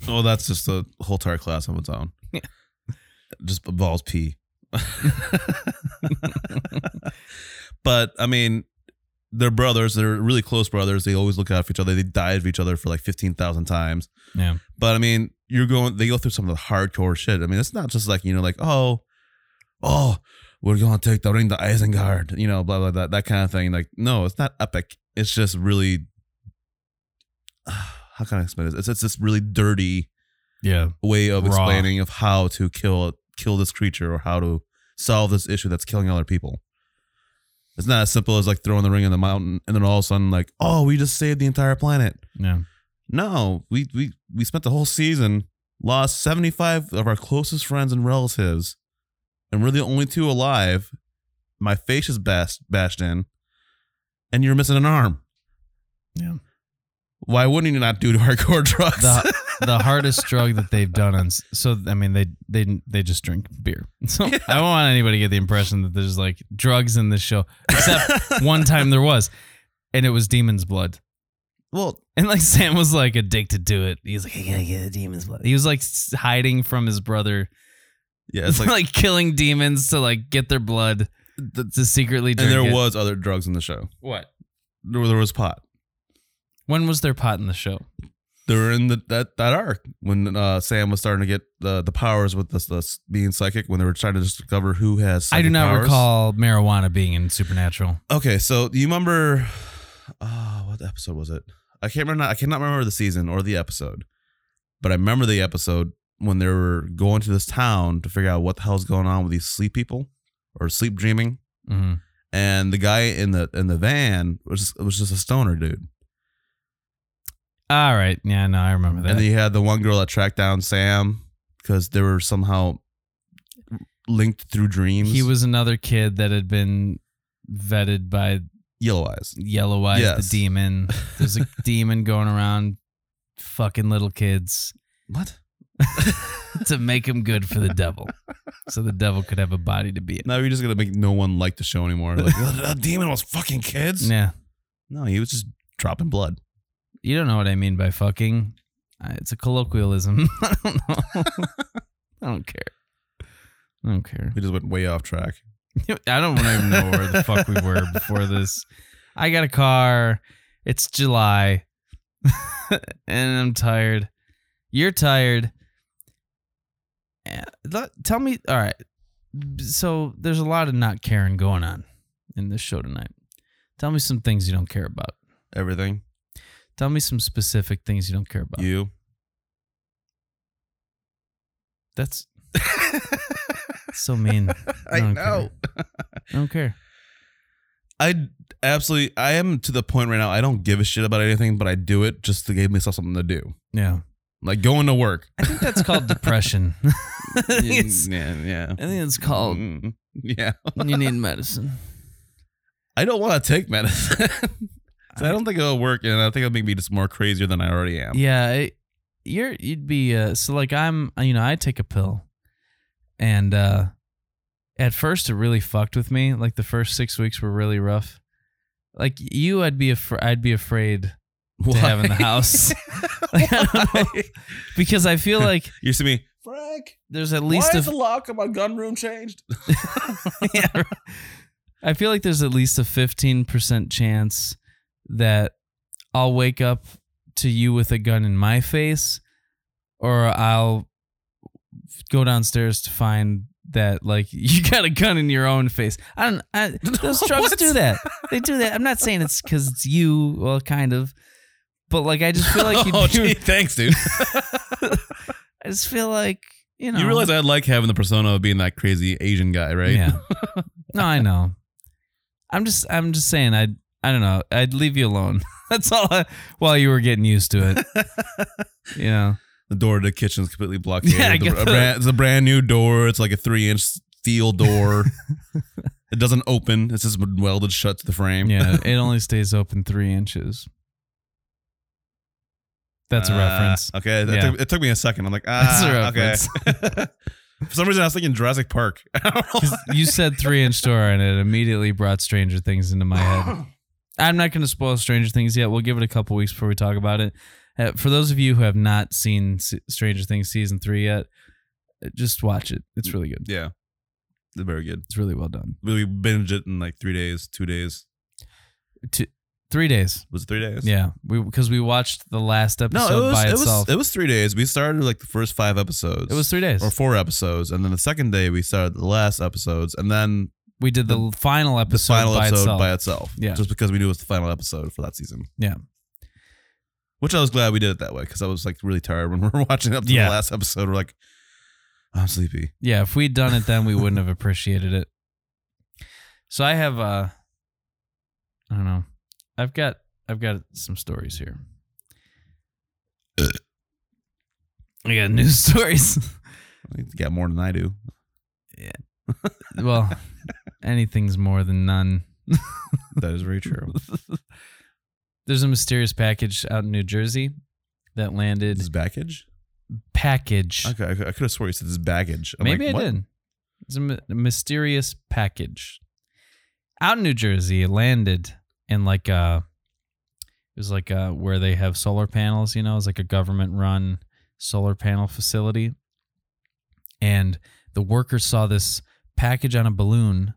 Speaker 4: Oh, that's just a whole entire class on its own.
Speaker 1: Yeah.
Speaker 4: Just involves pee. but I mean, they're brothers. They're really close brothers. They always look out for each other. They died for each other for like fifteen thousand times.
Speaker 1: Yeah.
Speaker 4: But I mean, you're going. They go through some of the hardcore shit. I mean, it's not just like you know, like oh, oh, we're gonna take the ring to Isengard. You know, blah blah blah, that kind of thing. Like, no, it's not epic. It's just really. How can I explain this? It's it's this really dirty
Speaker 1: Yeah.
Speaker 4: way of
Speaker 1: Raw.
Speaker 4: explaining of how to kill kill this creature or how to solve this issue that's killing other people. It's not as simple as like throwing the ring in the mountain and then all of a sudden like, oh, we just saved the entire planet.
Speaker 1: Yeah.
Speaker 4: No, we we we spent the whole season lost seventy five of our closest friends and relatives, and we're the only two alive. My face is bashed bashed in, and you're missing an arm.
Speaker 1: Yeah.
Speaker 4: Why wouldn't you not do hardcore drugs?
Speaker 1: The the hardest drug that they've done on s- so I mean they they they just drink beer. So I don't want anybody to get the impression that there's like drugs in this show. Except one time there was, and it was demon's blood.
Speaker 4: well,
Speaker 1: And like Sam was like addicted to it. He was like, I gotta get the demon's blood. He was like s- hiding from his brother,
Speaker 4: yeah, it's
Speaker 1: like,
Speaker 4: like
Speaker 1: killing demons to like get their blood to secretly drink.
Speaker 4: and there
Speaker 1: it.
Speaker 4: was other drugs in the show.
Speaker 1: what?
Speaker 4: There, there was pot.
Speaker 1: When was their pot in the show?
Speaker 4: They were in the, that that arc when uh, Sam was starting to get the the powers with this, this being psychic when they were trying to discover who has.
Speaker 1: I do
Speaker 4: psychic
Speaker 1: not
Speaker 4: powers.
Speaker 1: recall marijuana being in Supernatural.
Speaker 4: Okay, so do you remember? Uh, what episode was it? I can't remember. I cannot remember the season or the episode, but I remember the episode when they were going to this town to figure out what the hell's going on with these sleep people or sleep dreaming.
Speaker 1: Mm-hmm.
Speaker 4: And the guy in the in the van was just, was just a stoner dude.
Speaker 1: All right. Yeah, no, I remember that.
Speaker 4: And then you had the one girl that tracked down Sam because they were somehow linked through dreams.
Speaker 1: he was another kid that had been vetted by
Speaker 4: yellow eyes.
Speaker 1: Yellow Eyes,
Speaker 4: Yes.
Speaker 1: the demon. There's a demon going around fucking little kids
Speaker 4: What?
Speaker 1: to make them good for the devil. So the devil could have a body to be in.
Speaker 4: Now you're just gonna make no one like the show anymore. Like that demon was fucking kids.
Speaker 1: Yeah.
Speaker 4: No, he was just dropping blood.
Speaker 1: You don't know what I mean by fucking. Uh, It's a colloquialism. I don't know. I don't care. I don't care.
Speaker 4: He just went way off track.
Speaker 1: I don't even know where the fuck we were before this. I got a car. It's July. and I'm tired. You're tired. Eh, let- Tell me. All right. So there's a lot of not caring going on in this show tonight. Tell me some things you don't care about.
Speaker 4: Everything.
Speaker 1: Tell me some specific things you don't care about.
Speaker 4: You.
Speaker 1: That's so mean. I don't
Speaker 4: know.
Speaker 1: I don't care.
Speaker 4: I absolutely. I am to the point right now. I don't give a shit about anything, but I do it just to give myself something to do.
Speaker 1: Yeah.
Speaker 4: Like going to work.
Speaker 1: I think that's called depression. I think it's-
Speaker 4: yeah, yeah.
Speaker 1: I think it's called
Speaker 4: Mm, yeah.
Speaker 1: you need medicine.
Speaker 4: I don't want to take medicine. So I don't think it'll work, and I think it'll make me just more crazier than I already am.
Speaker 1: Yeah, it, you're you'd be uh, so like I'm you know I take a pill, and uh at first it really fucked with me. Like the first six weeks were really rough. Like you, I'd be afraid. I'd be afraid to have in the house Like, I don't know.
Speaker 4: Why?
Speaker 1: because I feel like
Speaker 4: You see me, Frank.
Speaker 1: there's at least
Speaker 4: why
Speaker 1: a
Speaker 4: is the lock on my gun room changed?
Speaker 1: yeah. I feel like there's at least a 15% chance that I'll wake up to you with a gun in my face or I'll go downstairs to find that like you got a gun in your own face. I don't. I, those drugs
Speaker 6: What?
Speaker 1: do that. They do that. I'm not saying it's because it's you. Well, kind of. But like, I just feel like you.
Speaker 4: oh,
Speaker 1: do-
Speaker 4: gee, thanks, dude.
Speaker 1: I just feel like you know.
Speaker 4: You realize I like having the persona of being that crazy Asian guy, right?
Speaker 1: Yeah. No, I know. I'm just. I'm just saying. I. I don't know. I'd leave you alone. That's all. I, while you were getting used to it. you know.
Speaker 4: The door to the kitchen is completely blockaded.
Speaker 1: Yeah, I
Speaker 4: the,
Speaker 1: get
Speaker 4: a
Speaker 1: that.
Speaker 4: brand, it's a brand new door. It's like a three inch steel door. it doesn't open. It's just welded shut to the frame.
Speaker 1: Yeah. It only stays open three inches. That's a
Speaker 4: Uh,
Speaker 1: reference.
Speaker 4: Okay, that
Speaker 1: Yeah.
Speaker 4: took, it took me a second. I'm like,
Speaker 1: That's a
Speaker 4: ah, okay. For some reason, I was thinking Jurassic Park. I don't know.
Speaker 1: 'Cause you said three inch door and it immediately brought Stranger Things into my head. I'm not going to spoil Stranger Things yet. We'll give it a couple weeks before we talk about it. Uh, for those of you who have not seen S- Stranger Things season three yet, uh, just watch it. It's really good.
Speaker 4: Yeah, they're very good.
Speaker 1: It's really well done.
Speaker 4: We binged it in like three days, two days.
Speaker 1: Two, three days.
Speaker 4: Was it three days?
Speaker 1: Yeah, we because we watched the last
Speaker 4: No,
Speaker 1: episode
Speaker 4: it was
Speaker 1: by
Speaker 4: it
Speaker 1: itself.
Speaker 4: was it was three days. We started like the first five episodes.
Speaker 1: it was three days.
Speaker 4: or four episodes, and then the second day we started the last episodes, and then
Speaker 1: we did the, final
Speaker 4: the
Speaker 1: episode
Speaker 4: final
Speaker 1: by
Speaker 4: episode
Speaker 1: itself.
Speaker 4: by itself.
Speaker 1: Yeah.
Speaker 4: just because we knew it was the final episode for that season.
Speaker 1: Yeah.
Speaker 4: which I was glad we did it that way because I was like really tired when we were watching up to
Speaker 1: Yeah.
Speaker 4: the last episode. We're like, I'm sleepy.
Speaker 1: Yeah, if we'd done it then, we wouldn't have appreciated it. So I have, uh, I don't know, I've got, I've got some stories here. I got news stories.
Speaker 4: You got more than I do.
Speaker 1: well, anything's more than none.
Speaker 4: That is very true.
Speaker 1: There's a mysterious package out in New Jersey that landed.
Speaker 4: this is baggage.
Speaker 1: Package.
Speaker 4: Okay, I could have swore you said this is baggage. I'm
Speaker 1: Maybe
Speaker 4: like,
Speaker 1: I
Speaker 4: what?
Speaker 1: did. It's a my- a mysterious package out in New Jersey. It landed in like a, it was like a, where they have solar panels. You know, it's like a government-run solar panel facility, and the workers saw this package on a balloon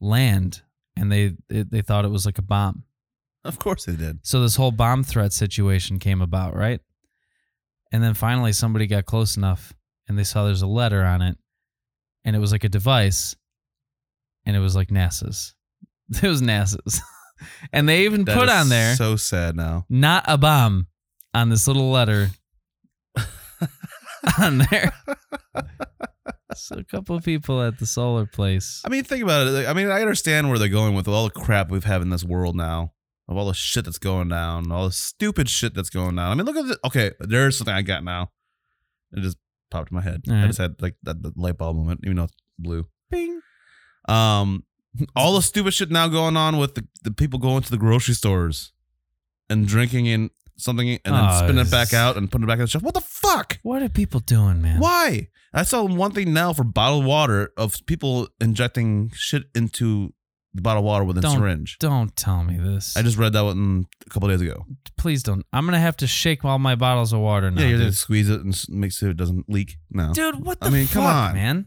Speaker 1: land, and they it, they thought it was like a bomb.
Speaker 4: Of course they did.
Speaker 1: So this whole bomb threat situation came about, right? And then finally somebody got close enough and they saw there's a letter on it and it was like a device and it was like NASA's. It was NASA's. and they even
Speaker 4: That
Speaker 1: put
Speaker 4: is
Speaker 1: on there
Speaker 4: So sad now.
Speaker 1: not a bomb on this little letter on there. so a couple of people at the solar place.
Speaker 4: I mean, think about it. I mean, I understand where they're going with all the crap we've had in this world now, of all the shit that's going down, all the stupid shit that's going down. I mean, look at the okay. There's something I got now. It just popped in my head.
Speaker 1: All
Speaker 4: I
Speaker 1: right.
Speaker 4: just had like that that light bulb moment, even though it's blue.
Speaker 1: Bing.
Speaker 4: Um, all the stupid shit now going on with the, the people going to the grocery stores and drinking in something and then
Speaker 1: Oh,
Speaker 4: spinning it
Speaker 1: it's-
Speaker 4: back out and putting it back in the shelf. What the fuck?
Speaker 1: What are people doing, man?
Speaker 4: Why? I saw one thing now for bottled water of people injecting shit into the bottled water with a
Speaker 1: Don't-
Speaker 4: syringe.
Speaker 1: Don't tell me this.
Speaker 4: I just read that one a couple days ago.
Speaker 1: please don't. I'm gonna have to shake all my bottles of water now.
Speaker 4: yeah, you
Speaker 1: dude.
Speaker 4: just squeeze it and s- make sure it doesn't leak. No.
Speaker 1: Dude, what the
Speaker 4: I mean,
Speaker 1: fuck,
Speaker 4: come on.
Speaker 1: man?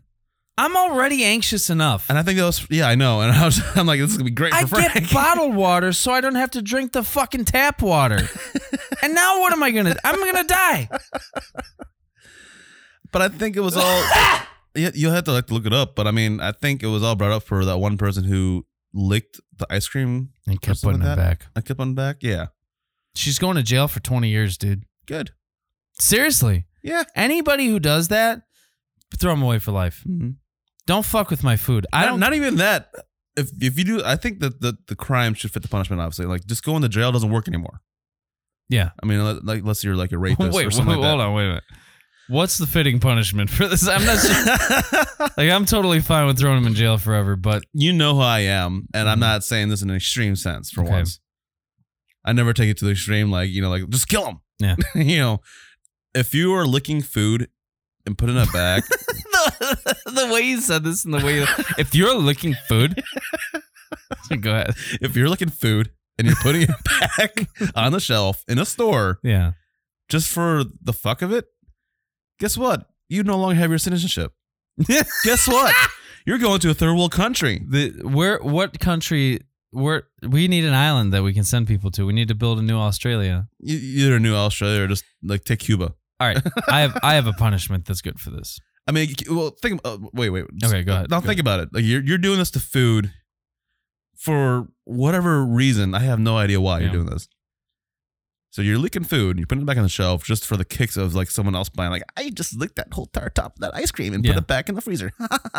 Speaker 1: I'm already anxious enough.
Speaker 4: And I think that was yeah, I know. And I was, I'm like, this is gonna be great
Speaker 1: I
Speaker 4: for Frank.
Speaker 1: get bottled water so I don't have to drink the fucking tap water. and now what am I gonna? I'm gonna die.
Speaker 4: but I think it was all. you, you'll have to like look it up. But I mean, I think it was all brought up for that one person who licked the ice cream.
Speaker 1: And kept
Speaker 4: Something
Speaker 1: putting
Speaker 4: like
Speaker 1: it
Speaker 4: that?
Speaker 1: back.
Speaker 4: I kept on back. Yeah,
Speaker 1: She's going to jail for 20 years, dude.
Speaker 4: good.
Speaker 1: Seriously,
Speaker 4: Yeah.
Speaker 1: anybody who does that, throw them away for life. Don't fuck with my food. I
Speaker 4: Mm-hmm. Not-
Speaker 1: don't.
Speaker 4: Not, even that. If if you do, I think that the, the crime should fit the punishment. Obviously, like just going to jail doesn't work anymore.
Speaker 1: yeah.
Speaker 4: I mean, unless- like unless you're like a
Speaker 1: Wait,
Speaker 4: rapist
Speaker 1: wait,
Speaker 4: or something
Speaker 1: hold
Speaker 4: like
Speaker 1: on, wait a minute. What's the fitting punishment for this? I'm not sure.
Speaker 4: that.
Speaker 1: like I'm totally fine with throwing him in jail forever, but
Speaker 4: you know who I am, and I'm
Speaker 1: Mhm.
Speaker 4: not saying this in an extreme sense for
Speaker 1: Okay.
Speaker 4: once. I never take it to the extreme, like you know, like just kill him.
Speaker 1: Yeah.
Speaker 4: you know, if you are licking food and putting it back,
Speaker 1: the, the way you said this and the way you, if you're looking food go ahead
Speaker 4: if you're licking food and you're putting it back on the shelf in a store
Speaker 1: yeah
Speaker 4: just for the fuck of it, guess what? You no longer have your citizenship. guess what? You're going to a third world country.
Speaker 1: the where what country where we need an island that we can send people to we need to build a new australia
Speaker 4: You- Either New Australia or just like take Cuba.
Speaker 1: all right i have i have a punishment that's good for this
Speaker 4: I mean, well, think. Uh, wait, wait.
Speaker 1: Okay, go ahead.
Speaker 4: Now
Speaker 1: Go
Speaker 4: think about it. Like you're you're doing this to food for whatever reason. I have no idea why
Speaker 1: Yeah.
Speaker 4: you're doing this. So you're leaking food. You're putting it back on the shelf just for the kicks of like someone else buying. Like I just licked that whole tart top of that ice cream and
Speaker 1: Yeah.
Speaker 4: put it back in the freezer.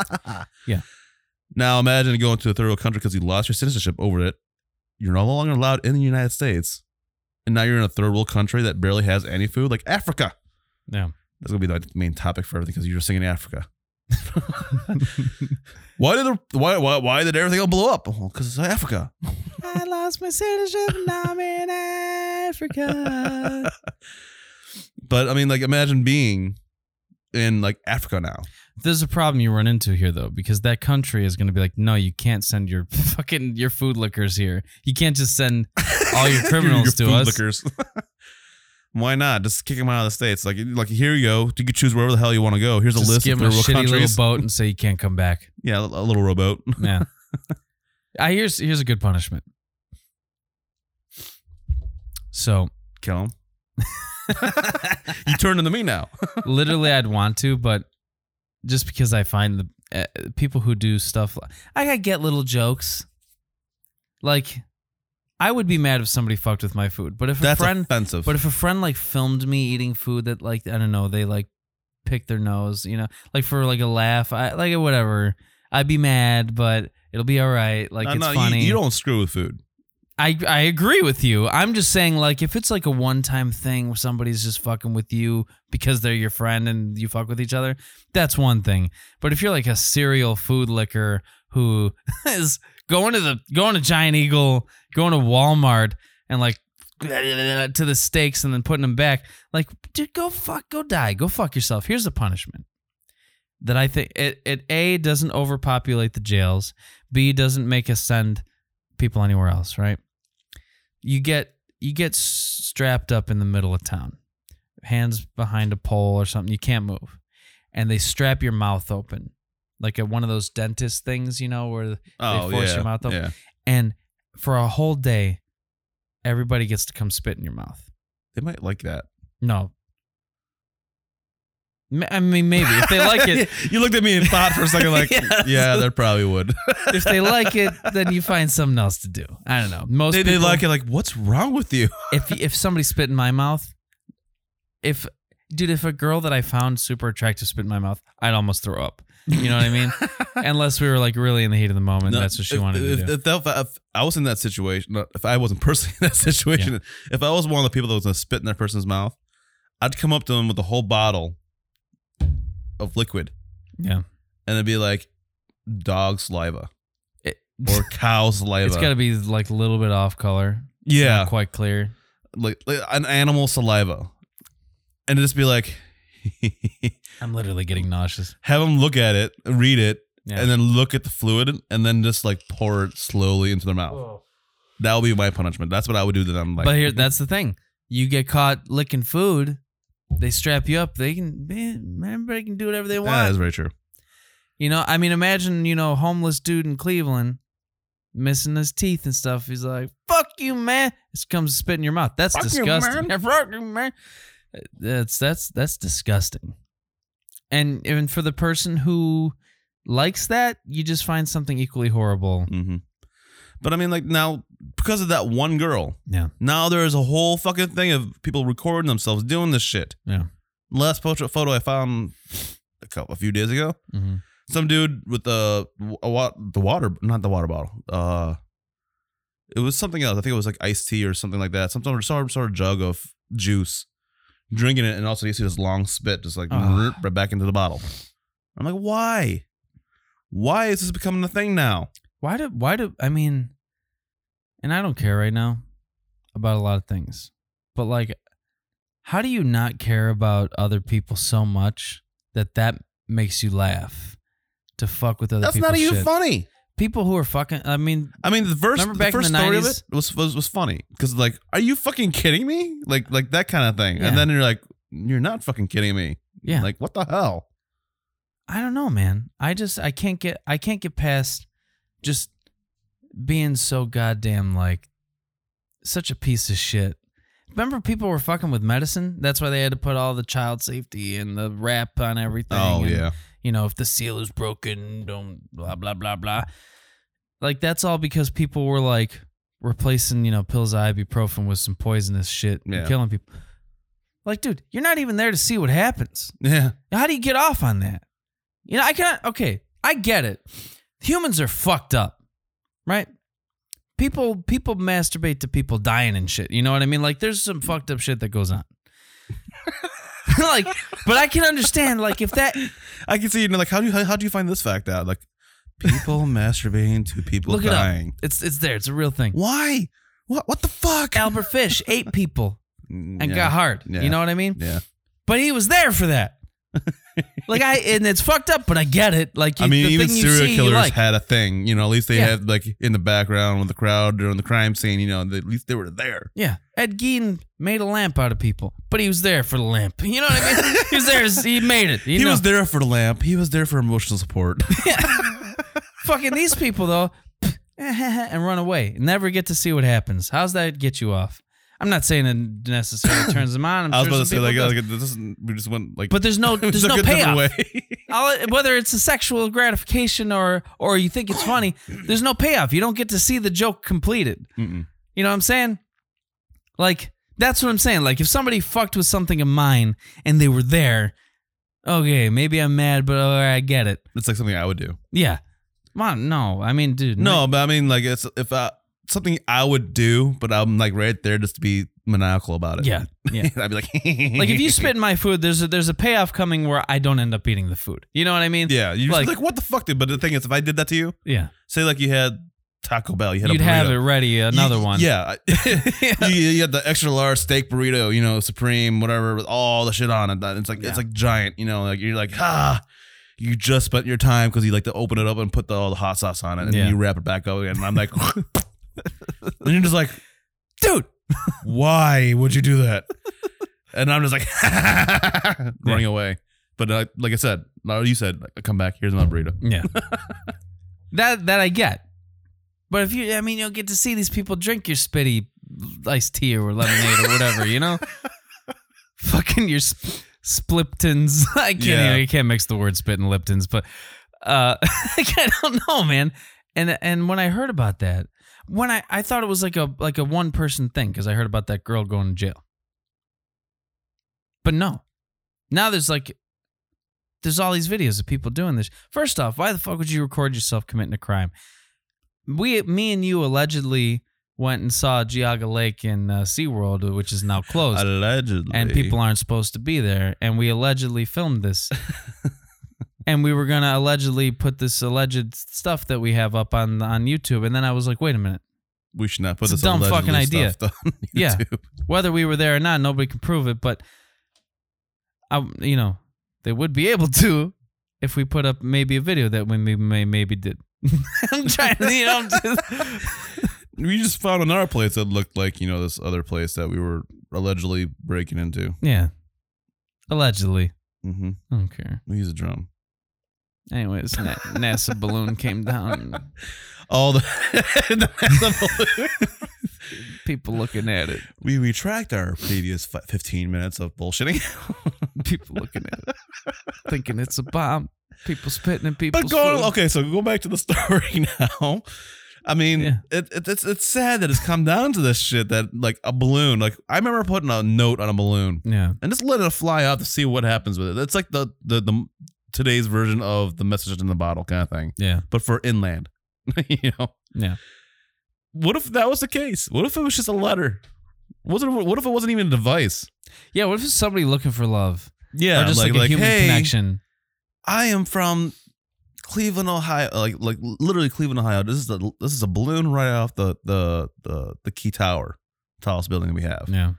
Speaker 1: Yeah.
Speaker 4: Now imagine going to a third world country because you lost your citizenship over it. You're no longer allowed in the United States, and now you're in a third world country that barely has any food, like Africa.
Speaker 1: Yeah.
Speaker 4: That's gonna be the main topic for everything because you're singing Africa. why did the, why, why why did everything all blow up? Because it's Africa.
Speaker 1: I lost my citizenship and I'm in Africa.
Speaker 4: But I mean, like imagine being in like Africa now.
Speaker 1: There's a problem you run into here though, because that country is going to be like, no, you can't send your fucking your food liquors here. You can't just send all your criminals
Speaker 4: Your
Speaker 1: to
Speaker 4: food
Speaker 1: us.
Speaker 4: lickers. why not? Just kick them out of the states. Like like here you go. You can choose wherever the hell you want to go. Here's a
Speaker 1: Just
Speaker 4: list
Speaker 1: give
Speaker 4: of
Speaker 1: them a
Speaker 4: third world
Speaker 1: shitty
Speaker 4: countries.
Speaker 1: little boat and say you can't come back.
Speaker 4: yeah, a little rowboat.
Speaker 1: Yeah. I here's here's a good punishment. So
Speaker 4: Kill them. you turn into me now.
Speaker 1: literally I'd want to, but just because I find the uh, people who do stuff, li- I I get little jokes. Like, I would be mad if somebody fucked with my food, but if
Speaker 4: That's
Speaker 1: a friend,
Speaker 4: offensive.
Speaker 1: but if a friend like filmed me eating food that like I don't know, they like picked their nose, you know, like for like a laugh, I like whatever. I'd be mad, but it'll be all right. Like
Speaker 4: No,
Speaker 1: it's
Speaker 4: no, you-
Speaker 1: funny.
Speaker 4: you don't screw with food.
Speaker 1: I I agree with you. I'm just saying, like, if it's like a one time thing where somebody's just fucking with you because they're your friend and you fuck with each other, that's one thing. But if you're like a serial food licker who is going to the going to Giant Eagle, going to Walmart, and like to the steaks and then putting them back, like, dude, go fuck, go die, go fuck yourself. Here's the punishment that I think it it a doesn't overpopulate the jails, b doesn't make us send people anywhere else, right? You get you get s- strapped up in the middle of town, hands behind a pole or something. You can't move, and they strap your mouth open, like at one of those dentist things, you know, where
Speaker 4: Oh
Speaker 1: force
Speaker 4: yeah,
Speaker 1: your mouth open.
Speaker 4: yeah.
Speaker 1: and for a whole day, everybody gets to come spit in your mouth.
Speaker 4: They might like that.
Speaker 1: No. Ma- I mean, maybe if they like it,
Speaker 4: you looked at me and thought for a second, like,
Speaker 1: Yes.
Speaker 4: yeah, they probably would.
Speaker 1: if they like it, then you find something else to do. I don't know. Most
Speaker 4: they, they
Speaker 1: people,
Speaker 4: like it, like, what's wrong with you?
Speaker 1: if if somebody spit in my mouth, if dude, if a girl that I found super attractive spit in my mouth, I'd almost throw up. You know what I mean? Unless we were like really in the heat of the moment, that's what she
Speaker 4: if,
Speaker 1: wanted
Speaker 4: if,
Speaker 1: to do.
Speaker 4: If, that- if I was in that situation, no, if I wasn't personally in that situation, if I was one of the people that was going to spit in that person's mouth, I'd come up to them with a whole bottle of liquid
Speaker 1: yeah,
Speaker 4: and it'd be like dog saliva
Speaker 1: It-
Speaker 4: or cow saliva.
Speaker 1: it's got to be like a little bit off color.
Speaker 4: yeah,
Speaker 1: quite clear.
Speaker 4: like, like an animal saliva. And it'd just be like,
Speaker 1: I'm literally getting nauseous.
Speaker 4: have them look at it, read it,
Speaker 1: Yeah.
Speaker 4: and then look at the fluid and then just like pour it slowly into their mouth. That would be my punishment. That's what I would do to them. Like,
Speaker 1: but here, that's the thing. You get caught licking food, they strap you up. They can, man, everybody can do whatever they
Speaker 4: that is
Speaker 1: want.
Speaker 4: very true.
Speaker 1: You know, I mean, imagine, you know, a homeless dude in Cleveland missing his teeth and stuff. He's like, fuck you, man. Just comes to spit in your mouth. That's disgusting. Yeah, fuck you, man. That's, that's, that's disgusting. And, and for the person who likes that, you just find something equally horrible.
Speaker 4: hmm But I mean, like now because of that one girl,
Speaker 1: Yeah.
Speaker 4: now there is a whole fucking thing of people recording themselves doing this shit.
Speaker 1: Yeah.
Speaker 4: Last portrait photo I found a couple a few days ago,
Speaker 1: Mhm.
Speaker 4: some dude with the a wa- the water, not the water bottle. Uh, it was something else. I think it was like iced tea or something like that. Some sort of, some sort of jug of juice, drinking it, and also you see this long spit just like
Speaker 1: Ah.
Speaker 4: right back into the bottle. I'm like, why? Why is this becoming a thing now?
Speaker 1: Why do why do I mean and I don't care right now about a lot of things. But like how do you not care about other people so much that that makes you laugh to fuck with other
Speaker 4: That's
Speaker 1: people's
Speaker 4: not even
Speaker 1: shit?
Speaker 4: funny.
Speaker 1: People who are fucking I mean
Speaker 4: I mean, the first,
Speaker 1: Remember back
Speaker 4: the first
Speaker 1: in the
Speaker 4: story of
Speaker 1: 90s?
Speaker 4: it was, was was funny because like, are you fucking kidding me? Like like that kind of thing.
Speaker 1: Yeah.
Speaker 4: And then you're like, you're not fucking kidding me.
Speaker 1: Yeah.
Speaker 4: Like what the hell?
Speaker 1: I don't know, man. I just I can't get I can't get past just being so goddamn like such a piece of shit. remember people were fucking with medicine. That's why they had to put all the child safety and the wrap on everything.
Speaker 4: Oh
Speaker 1: and,
Speaker 4: yeah.
Speaker 1: you know, if the seal is broken, don't blah blah blah blah. Like that's all because people were like replacing, you know, pills of ibuprofen with some poisonous shit and
Speaker 4: Yeah.
Speaker 1: killing people. Like, dude, you're not even there to see what happens.
Speaker 4: Yeah.
Speaker 1: How do you get off on that? You know, I can't. Okay, I get it. Humans are fucked up, right? People people masturbate to people dying and shit. You know what I mean? Like, there's some fucked up shit that goes on. like, but I can understand. Like, if that
Speaker 4: I can see you know like how do you how, how do you find this fact out? Like people masturbating to people
Speaker 1: look it
Speaker 4: dying.
Speaker 1: up, it's it's there. It's a real thing.
Speaker 4: Why? What what the fuck? Mm,
Speaker 1: Albert Fish ate people and
Speaker 4: yeah.
Speaker 1: got hard.
Speaker 4: Yeah.
Speaker 1: You know what I mean?
Speaker 4: Yeah.
Speaker 1: But he was there for that. like I and it's fucked up, but I get it. Like you,
Speaker 4: I mean,
Speaker 1: the
Speaker 4: even
Speaker 1: thing you
Speaker 4: serial
Speaker 1: see, you
Speaker 4: killers
Speaker 1: like.
Speaker 4: had a thing. You know, at least they
Speaker 1: Yeah.
Speaker 4: had like in the background with the crowd during the crime scene. You know, they, at least they were there.
Speaker 1: Yeah. Ed Gein made a lamp out of people, but he was there for the lamp. You know what I mean? he was there. He made it. You
Speaker 4: he
Speaker 1: know?
Speaker 4: was there for the lamp. He was there for emotional support.
Speaker 1: Fucking these people, though, and run away. Never get to see what happens. How's that get you off? I'm not saying it necessarily turns them on. I'm
Speaker 4: I was
Speaker 1: sure
Speaker 4: about to
Speaker 1: some
Speaker 4: say like,
Speaker 1: people does.
Speaker 4: like this is, we just went like,
Speaker 1: but there's no
Speaker 4: we
Speaker 1: there's
Speaker 4: took
Speaker 1: no
Speaker 4: a different
Speaker 1: payoff.
Speaker 4: way.
Speaker 1: I'll- whether it's a sexual gratification or or you think it's funny, there's no payoff. You don't get to see the joke completed.
Speaker 4: Mm-mm.
Speaker 1: You know what I'm saying? Like that's what I'm saying. Like if somebody fucked with something of mine and they were there, okay, maybe I'm mad, but all right, I get it.
Speaker 4: it's like something I would do.
Speaker 1: Yeah. Come on, no, I mean, dude,
Speaker 4: No, but I mean like it's if I something I would do, but I'm like right there just to be maniacal about it.
Speaker 1: Yeah, yeah.
Speaker 4: I'd be like,
Speaker 1: Like if you spit in my food, there's a, there's a payoff coming where I don't end up eating the food. You know what I mean?
Speaker 4: yeah, you
Speaker 1: Like-
Speaker 4: like, like what the fuck, dude. But the thing is, if I did that to you,
Speaker 1: Yeah.
Speaker 4: say like you had Taco Bell, you had
Speaker 1: You'd
Speaker 4: a burrito.
Speaker 1: have it ready. Another
Speaker 4: You-
Speaker 1: one.
Speaker 4: Yeah. You, you had the extra large steak burrito, you know, supreme, whatever, with all the shit on it. That- It's like
Speaker 1: Yeah.
Speaker 4: it's like giant, you know, like you're like, ah, you just spent your time because you like to open it up and put the, all the hot sauce on it and
Speaker 1: Yeah.
Speaker 4: you wrap it back up again. And I'm like And you're just like,
Speaker 1: dude.
Speaker 4: why would you do that? And I'm just like running away. But uh, like I said, like you said, like, come back. Here's my burrito.
Speaker 1: Yeah. that that I get. But if you I mean you'll get to see these people drink your spitty iced tea or lemonade or whatever, you know? Fucking your sp- Spliptons. I can't
Speaker 4: Yeah.
Speaker 1: even- you can't mix the word spit and Liptons, but uh I don't know, man. And and when I heard about that, when I, I thought it was like a like a one person thing because I heard about that girl going to jail. But no. Now there's like there's all these videos of people doing this. First off, why the fuck would you record yourself committing a crime? We, me and you allegedly went and saw Geauga Lake in uh, SeaWorld, which is now closed,
Speaker 4: Allegedly.
Speaker 1: and people aren't supposed to be there. And we allegedly filmed this. and we were going to allegedly put this alleged stuff that we have up on, on YouTube. And then I was like, wait a minute.
Speaker 4: we should not put
Speaker 1: It's a
Speaker 4: this
Speaker 1: dumb
Speaker 4: allegedly
Speaker 1: fucking idea.
Speaker 4: stuff on YouTube.
Speaker 1: Yeah. whether we were there or not, nobody can prove it. But I, you know, they would be able to if we put up maybe a video that we may, may maybe did. I'm trying to, you know, I'm just-
Speaker 4: We just found another place that looked like, you know, this other place that we were allegedly breaking into.
Speaker 1: yeah, allegedly.
Speaker 4: Mm-hmm.
Speaker 1: I don't care.
Speaker 4: We use a drum.
Speaker 1: Anyways, Na- NASA balloon came down.
Speaker 4: All the.
Speaker 1: People looking at it.
Speaker 4: we retract our previous fi- 15 minutes of bullshitting.
Speaker 1: People looking at it, thinking it's a bomb. People spitting at people.
Speaker 4: But going, okay, so go back to the story now. I mean,
Speaker 1: Yeah.
Speaker 4: it, it, it's it's sad that it's come down to this shit that like a balloon. Like I remember putting a note on a balloon
Speaker 1: Yeah.
Speaker 4: and just letting it fly out to see what happens with it. It's like the the, the today's version of the message in the bottle kind of thing.
Speaker 1: Yeah.
Speaker 4: but for inland. you know.
Speaker 1: Yeah.
Speaker 4: What if that was the case? What if it was just a letter? Was it? What if it wasn't even a device?
Speaker 1: Yeah. What if it's somebody looking for love?
Speaker 4: Yeah,
Speaker 1: or just like, a human connection.
Speaker 4: I am from Cleveland, Ohio. Like, like literally Cleveland, Ohio. This is a this is a balloon right off the the the, the key tower, tallest building we have.
Speaker 1: Yeah.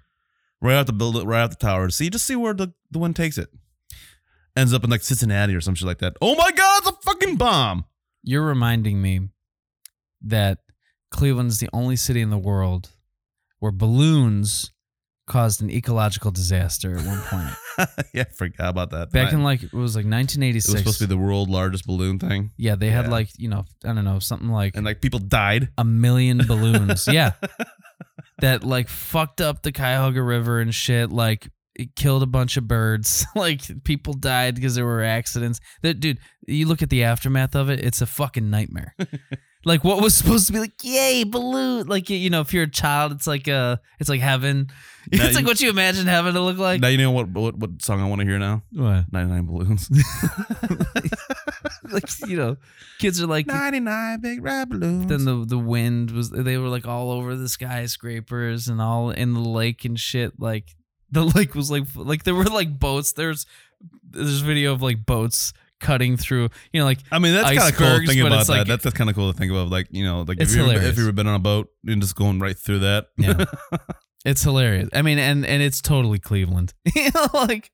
Speaker 4: Right off the build, right off the tower. See, just see where the the wind takes it. Ends up in like Cincinnati or some shit like that. Oh my God, it's a fucking bomb!
Speaker 1: you're reminding me that Cleveland's the only city in the world where balloons caused an ecological disaster at one point.
Speaker 4: yeah, I forgot about that.
Speaker 1: Back
Speaker 4: I-
Speaker 1: in like it was like 1986.
Speaker 4: it was supposed to be the world largest balloon thing.
Speaker 1: yeah, they had
Speaker 4: yeah.
Speaker 1: like you know I don't know something like
Speaker 4: and like people died.
Speaker 1: a million balloons. yeah, that like fucked up the Cuyahoga River and shit. Like it killed a bunch of birds. like people died because there were accidents. That dude, you look at the aftermath of it. It's a fucking nightmare. like what was supposed to be like, yay, blue. Like you know, if you're a child, it's like uh, it's like heaven.
Speaker 4: Now
Speaker 1: it's like
Speaker 4: you-
Speaker 1: what you imagine heaven to look like.
Speaker 4: now you know what what, what song I want to hear now?
Speaker 1: What?
Speaker 4: 99 Balloons.
Speaker 1: like you know, kids are like.
Speaker 4: 99 Big Red Balloons.
Speaker 1: then the the wind was they were like all over the skyscrapers and all in the lake and shit like the lake was like like there were like boats there's there's video of like boats cutting through you know like
Speaker 4: I mean, that's kind of cool to
Speaker 1: icebergs,
Speaker 4: think
Speaker 1: but
Speaker 4: about
Speaker 1: it's
Speaker 4: that.
Speaker 1: like-
Speaker 4: that's that's kind of cool to think about. Like, you know, like
Speaker 1: It's
Speaker 4: if you've
Speaker 1: hilarious.
Speaker 4: if you've been on a boat and just going right through that.
Speaker 1: Yeah. it's hilarious i mean and and it's totally cleveland you know like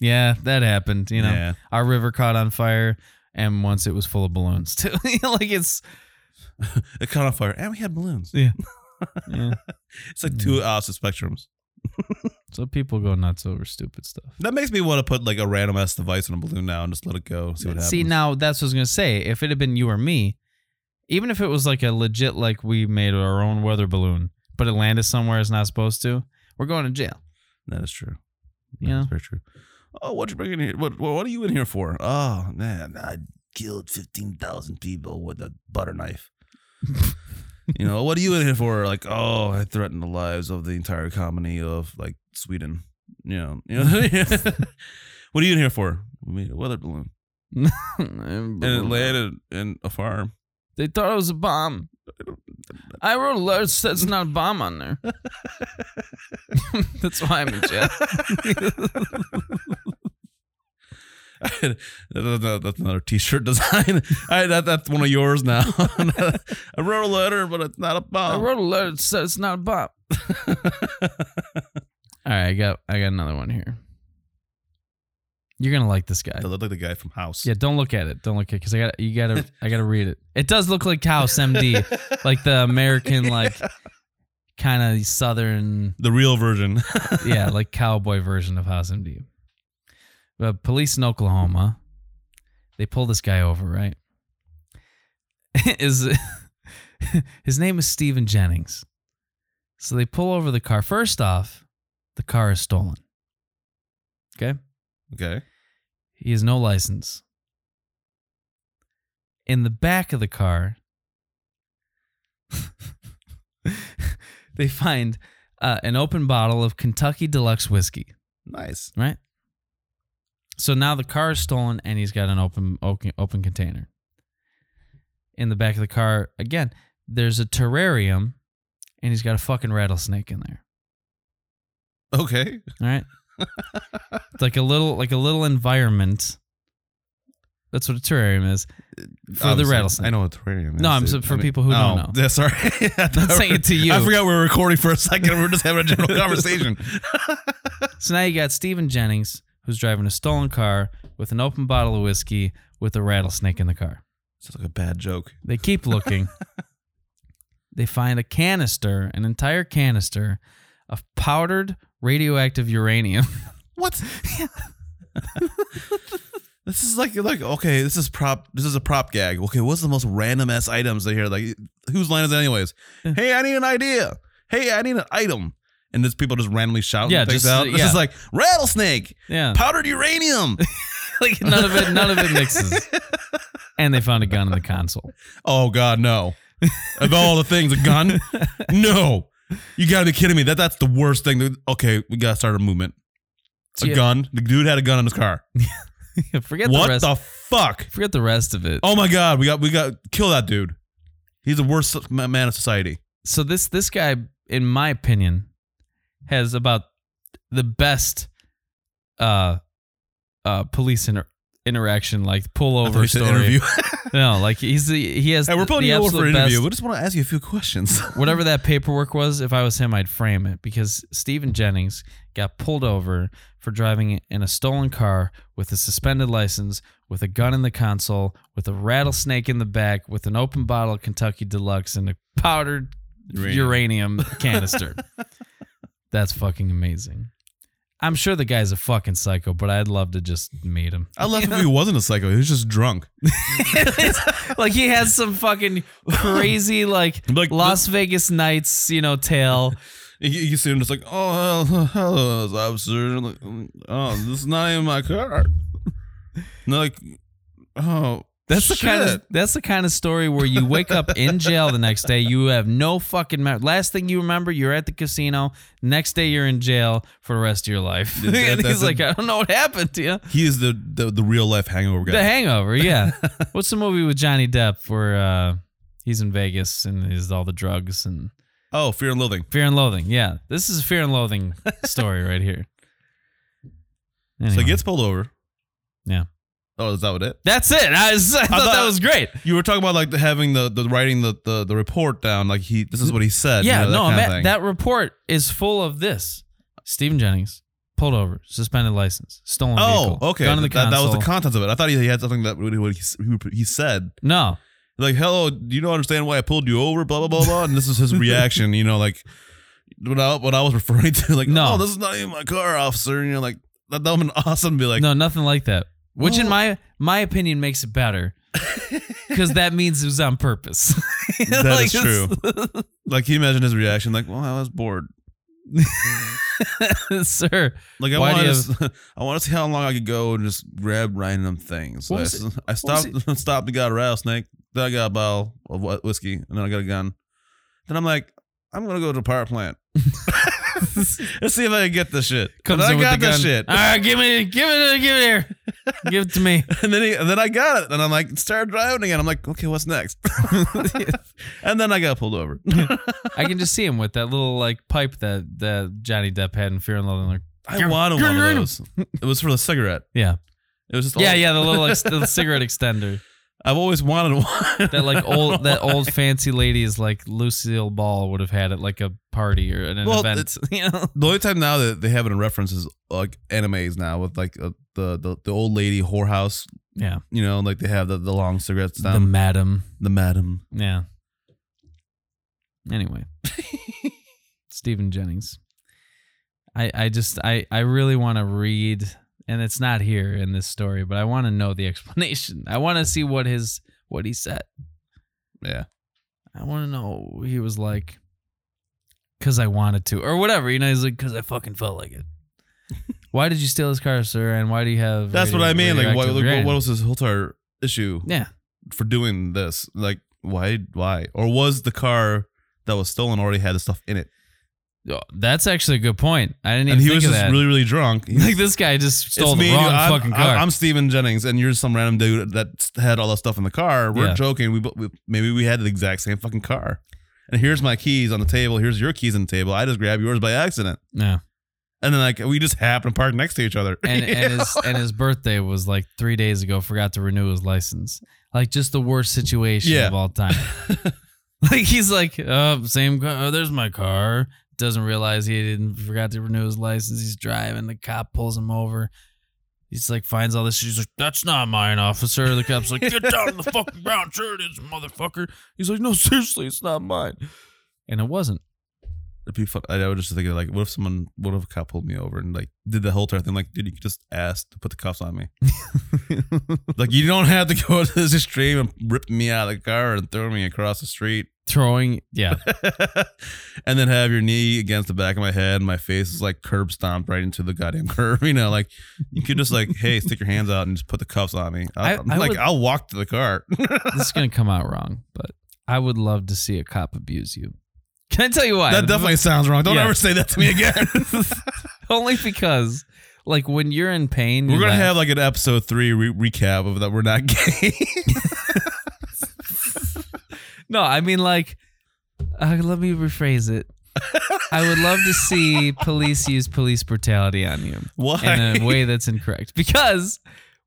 Speaker 1: yeah that happened you know
Speaker 4: Yeah.
Speaker 1: our river caught on fire and once it was full of balloons too You know, like it's
Speaker 4: It caught on fire. And we had balloons.
Speaker 1: yeah yeah
Speaker 4: It's like
Speaker 1: Mm.
Speaker 4: two opposite spectrums.
Speaker 1: so people go nuts over stupid stuff
Speaker 4: That makes me want to put like a random ass device in a balloon now and just let it go. See what happens.
Speaker 1: See, now that's what I was gonna say. If it had been you or me, even if it was like a legit, like we made our own weather balloon, but it landed somewhere it's not supposed to, we're going to jail.
Speaker 4: That is true.
Speaker 1: You
Speaker 4: That
Speaker 1: know?
Speaker 4: is very true. Oh, what you bringing here? What what are you in here for? Oh man, I killed fifteen thousand people with a butter knife. you know what are you in here for? Like, oh, I threatened the lives of the entire colony of like Sweden. You know, you know. what are you in here for? We made a weather balloon and it landed in a farm.
Speaker 1: They thought it was a bomb. I wrote a letter that says not a bomb on there. that's why I'm in jail.
Speaker 4: That- that- that's another T-shirt design. I, that, that's one of yours now. I wrote a letter, but it's not a
Speaker 1: I
Speaker 4: bomb.
Speaker 1: wrote a letter that says it's not a bomb. All right, I got I got another one here. You're gonna like this guy.
Speaker 4: That looked like the guy from House.
Speaker 1: Yeah, don't look at it. Don't look at it because I got to you gotta I gotta read it. It does look like House MD, like the American like kind of southern
Speaker 4: The real version.
Speaker 1: yeah like cowboy version of House MD. But police in Oklahoma, they pull this guy over right. Is his name is Stephen Jennings. So they pull over the car. First off, the car is stolen. Okay.
Speaker 4: Okay.
Speaker 1: He has no license. In the back of the car, they find uh, an open bottle of Kentucky Deluxe whiskey,
Speaker 4: Nice.
Speaker 1: right? So now the car is stolen and he's got an open, open open container. In the back of the car, again, there's a terrarium and he's got a fucking rattlesnake in there.
Speaker 4: Okay.
Speaker 1: All right. It's like a little like a little environment. That's what a terrarium is. For the rattlesnake.
Speaker 4: I know what terrarium is.
Speaker 1: No, I'm so-
Speaker 4: dude.
Speaker 1: for people who don't know.
Speaker 4: Yeah, oh, sorry. I'm
Speaker 1: saying it to you.
Speaker 4: I forgot we were recording for a second. We were just having a general conversation.
Speaker 1: So now you got Stephen Jennings who's driving a stolen car with an open bottle of whiskey with a rattlesnake in the car.
Speaker 4: Sounds like a bad joke.
Speaker 1: They keep looking. they find a canister, an entire canister of powdered radioactive uranium.
Speaker 4: What? this is like like okay, this is prop. This is a prop gag. Okay, what's the most random ass items they hear? Like whose line is it anyways? hey, I need an idea. Hey, I need an item. And just people just randomly shout
Speaker 1: Yeah,
Speaker 4: yeah, things
Speaker 1: just,
Speaker 4: out.
Speaker 1: uh,
Speaker 4: This
Speaker 1: yeah.
Speaker 4: is like rattlesnake,
Speaker 1: Yeah.
Speaker 4: powdered uranium.
Speaker 1: like none of it none of it mixes. And they found a gun in the console.
Speaker 4: Oh God, no! of all the things, a gun? No, you gotta be kidding me. That that's the worst thing. Okay, we gotta start a movement. A
Speaker 1: Yeah.
Speaker 4: gun. The dude had a gun in his car.
Speaker 1: Forget
Speaker 4: what
Speaker 1: the
Speaker 4: the,
Speaker 1: rest.
Speaker 4: fuck?
Speaker 1: forget the rest of it.
Speaker 4: Oh my God, we got we got kill that dude. He's the worst s- ma- man of society.
Speaker 1: so this this guy in my opinion has about the best uh uh police inter- interaction like pull
Speaker 4: I thought
Speaker 1: over
Speaker 4: he said
Speaker 1: story
Speaker 4: interview.
Speaker 1: no like he's the, he has
Speaker 4: hey, we're
Speaker 1: the-
Speaker 4: pulling
Speaker 1: the
Speaker 4: you over for
Speaker 1: absolute
Speaker 4: an interview.
Speaker 1: best-
Speaker 4: We just want to ask you a few questions.
Speaker 1: whatever that paperwork was if i was him i'd frame it because stephen jennings got pulled over for driving in a stolen car with a suspended license with a gun in the console with a rattlesnake in the back with an open bottle of kentucky deluxe and a powdered uranium, canister. That's fucking amazing. I'm sure the guy's a fucking psycho, but I'd love to just meet him.
Speaker 4: I left if he wasn't a psycho. He was just drunk.
Speaker 1: like he has some fucking crazy like,
Speaker 4: Like,
Speaker 1: Las Vegas nights, you know, tale
Speaker 4: You, you see him just like, oh, hello, hello officer. Like, oh, this is not even my car. And they're like, oh,
Speaker 1: That's the kind of
Speaker 4: shit.
Speaker 1: that's the kind of story where you wake up in jail the next day. You have no fucking mem- last thing you remember. You're at the casino. Next day, you're in jail for the rest of your life.
Speaker 4: Dude, that-
Speaker 1: and he's
Speaker 4: that's a-
Speaker 1: like, I I don't know what happened to you.
Speaker 4: He is the the, the real life hangover guy.
Speaker 1: The Hangover, yeah. What's the movie with Johnny Depp where uh, he's in Vegas and he's all the drugs and
Speaker 4: oh, fear and loathing.
Speaker 1: Fear and Loathing? Yeah, this is a Fear and Loathing story right here.
Speaker 4: So
Speaker 1: Anyway,
Speaker 4: he gets pulled over.
Speaker 1: Yeah.
Speaker 4: Oh, is that what it?
Speaker 1: that's it. I, was, I, thought that
Speaker 4: thought-
Speaker 1: was great.
Speaker 4: You were talking about like the, having the, the writing the, the the report down. Like he, this is what he said.
Speaker 1: Yeah, no,
Speaker 4: you know, that kind of
Speaker 1: Matt,
Speaker 4: thing.
Speaker 1: that report is full of this. Stephen Jennings pulled over, suspended license, stolen
Speaker 4: Oh,
Speaker 1: vehicle.
Speaker 4: okay.
Speaker 1: Gun in the
Speaker 4: that, that was the
Speaker 1: console.
Speaker 4: contents of it. I thought he, he had something that what he, what he, he said.
Speaker 1: no.
Speaker 4: like, hello, do you not understand why I pulled you over? Blah blah blah blah. And this is his reaction, you know, like what I what I was referring to, like,
Speaker 1: No.
Speaker 4: no, this is not even my car, officer. And you're like, that that would have been awesome. to Be like, Oh.
Speaker 1: no, nothing like that. Which, in
Speaker 4: Well-
Speaker 1: my my opinion, makes it better because that means it was on purpose. That is
Speaker 4: That is like he imagined his reaction, like, well, I was bored.
Speaker 1: true, sir.
Speaker 4: Like I
Speaker 1: Why do
Speaker 4: want
Speaker 1: you
Speaker 4: to, I want to see how long I could go and just grab random things.
Speaker 1: What
Speaker 4: Like,
Speaker 1: was it-
Speaker 4: I
Speaker 1: was
Speaker 4: stopped, stopped and got a rattlesnake. Then I got a bottle of wh- whiskey, and then I got a gun. Then I'm like, I'm gonna go to the power plant. Let's see if I can get this shit.
Speaker 1: Comes
Speaker 4: and
Speaker 1: in
Speaker 4: I
Speaker 1: with the
Speaker 4: got
Speaker 1: gun. Ah.
Speaker 4: this shit.
Speaker 1: All right, give me, give it, give it here, give it to me.
Speaker 4: And then, he, and then I got it. And I'm like, started driving again. I'm like, okay, what's next? and then I got pulled over.
Speaker 1: I can just see him with that little like pipe that that Johnny Depp had in Fear and Loathing. Like,
Speaker 4: I wanted one
Speaker 1: rid
Speaker 4: of
Speaker 1: of
Speaker 4: those. It was for the cigarette.
Speaker 1: yeah,
Speaker 4: It was just
Speaker 1: yeah,
Speaker 4: all-
Speaker 1: yeah. The little ex- the cigarette extender.
Speaker 4: I've always wanted one.
Speaker 1: That like old that old fancy lady is like Lucille Ball would have had at like a party or at an
Speaker 4: Well,
Speaker 1: event. You know?
Speaker 4: The only time now that they have it in reference is like animes now with like uh, the, the the old lady whorehouse.
Speaker 1: Yeah,
Speaker 4: You know, like they have the, the long cigarettes
Speaker 1: the
Speaker 4: down.
Speaker 1: madam.
Speaker 4: The, madam.
Speaker 1: Yeah. Anyway, Stephen Jennings. I I just I I really want to read, and it's not here in this story, but I want to know the explanation. I want to see what his what he said.
Speaker 4: Yeah.
Speaker 1: I want to know he was like, because I wanted to, or whatever. You know, he's like, because I fucking felt like it. why did you steal his car, sir? And why do you have?
Speaker 4: That's what
Speaker 1: radio-
Speaker 4: I mean. Like, what,
Speaker 1: radioactive
Speaker 4: like, what-
Speaker 1: uranium?
Speaker 4: what was his whole entire issue
Speaker 1: Yeah,
Speaker 4: for doing this? Like, why? Why? Or was the car that was stolen already had the stuff in it?
Speaker 1: Oh, that's actually a good point. I didn't even
Speaker 4: and he
Speaker 1: think
Speaker 4: was
Speaker 1: of
Speaker 4: just
Speaker 1: that.
Speaker 4: really, really drunk. He's
Speaker 1: like this guy just stole the
Speaker 4: and
Speaker 1: wrong
Speaker 4: you. I'm,
Speaker 1: fucking car.
Speaker 4: I'm, I'm Steven Jennings, and you're some random dude that had all that stuff in the car. We're
Speaker 1: Yeah.
Speaker 4: joking. We, bo- we maybe we had the exact same fucking car. And here's my keys on the table. Here's your keys on the table. I just grabbed yours by accident,
Speaker 1: yeah,
Speaker 4: and then like we just happened to park next to each other.
Speaker 1: and and his and his birthday was like three days ago. Forgot to renew his license. Like just the worst situation
Speaker 4: Yeah.
Speaker 1: of all time. like he's like, uh, same. Car, oh, there's my car. Doesn't realize he didn't forgot to renew his license. He's driving. The cop pulls him over. He's like, finds all this. She's like, "That's not mine, officer." The cop's like, "Get down on the fucking ground, sure it is, motherfucker." He's like, "No, seriously, it's not mine." And it wasn't.
Speaker 4: It'd be fun. I was just thinking like, what if someone, what if a cop pulled me over and like did the whole entire thing? Like, dude, you could just ask to put the cuffs on me. like, you don't have to go to this extreme and rip me out of the car and throw me across the street.
Speaker 1: Throwing, yeah,
Speaker 4: and then have your knee against the back of my head and my face is like curb stomped right into the goddamn curb you know like you could just like hey stick your hands out and just put the cuffs on me I,
Speaker 1: I-
Speaker 4: am
Speaker 1: I
Speaker 4: like
Speaker 1: would-
Speaker 4: i'll walk to the car
Speaker 1: this is gonna come out wrong, but I would love to see a cop abuse you. Can I tell you why?
Speaker 4: that definitely sounds wrong don't
Speaker 1: Yeah.
Speaker 4: ever say that to me again
Speaker 1: only because, like, when you're in pain,
Speaker 4: we're
Speaker 1: you
Speaker 4: gonna
Speaker 1: laugh.
Speaker 4: have like an episode three re- recap of that we're not gay
Speaker 1: no. I mean, like, uh, let me rephrase it. I would love to see police use police brutality on you
Speaker 4: why
Speaker 1: in a way that's incorrect because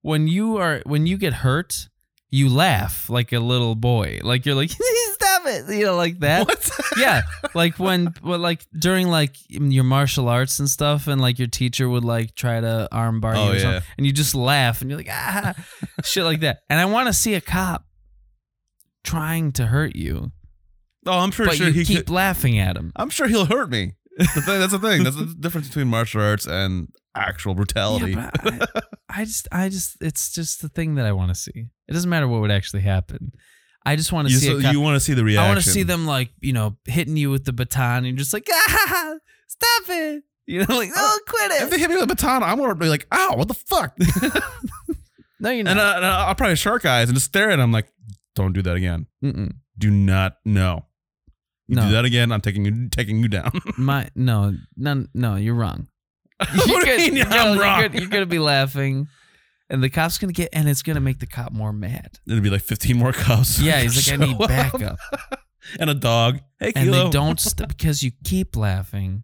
Speaker 1: when you are when you get hurt, you laugh like a little boy, like you're like stop it, you know, like that.
Speaker 4: what?
Speaker 1: yeah like when well, like during like your martial arts and stuff and like your teacher would like try to arm bar
Speaker 4: Oh,
Speaker 1: you or
Speaker 4: yeah.
Speaker 1: something, and you just laugh and you're like ah shit like that and i want to see a cop trying to hurt you
Speaker 4: oh i'm pretty
Speaker 1: but
Speaker 4: sure
Speaker 1: you
Speaker 4: he
Speaker 1: keep
Speaker 4: could,
Speaker 1: laughing at him
Speaker 4: i'm sure he'll hurt me the thing, that's the thing that's the difference between martial arts and actual brutality
Speaker 1: Yeah, but I, I just, I just, it's just the thing that I want to see. It doesn't matter what would actually happen. I just want to
Speaker 4: You,
Speaker 1: see.
Speaker 4: so
Speaker 1: a cop-
Speaker 4: you want to see the reaction?
Speaker 1: I want to see them like you know hitting you with the baton and just like ah, stop it. You know, like oh, quit
Speaker 4: If they
Speaker 1: it.
Speaker 4: hit me with a baton, I'm gonna be like, "Ow, what the fuck?"
Speaker 1: No, you're not.
Speaker 4: And, I, and I- I'll probably shark eyes and just stare at him like, "Don't do that again.
Speaker 1: Mm-mm.
Speaker 4: Do not no. You
Speaker 1: No.
Speaker 4: Do that again. I'm taking you taking you down."
Speaker 1: My no, no, no. You're wrong.
Speaker 4: What do you
Speaker 1: could-
Speaker 4: mean I'm
Speaker 1: you're
Speaker 4: wrong?
Speaker 1: good- You're, gonna be laughing, and the cop's gonna get, and it's gonna make the cop more mad.
Speaker 4: It'd be like 15 more cups.
Speaker 1: Yeah, he's like, I need
Speaker 4: Show up.
Speaker 1: backup,
Speaker 4: and a dog. Hey,
Speaker 1: and
Speaker 4: Kilo.
Speaker 1: they don't st- because you keep laughing.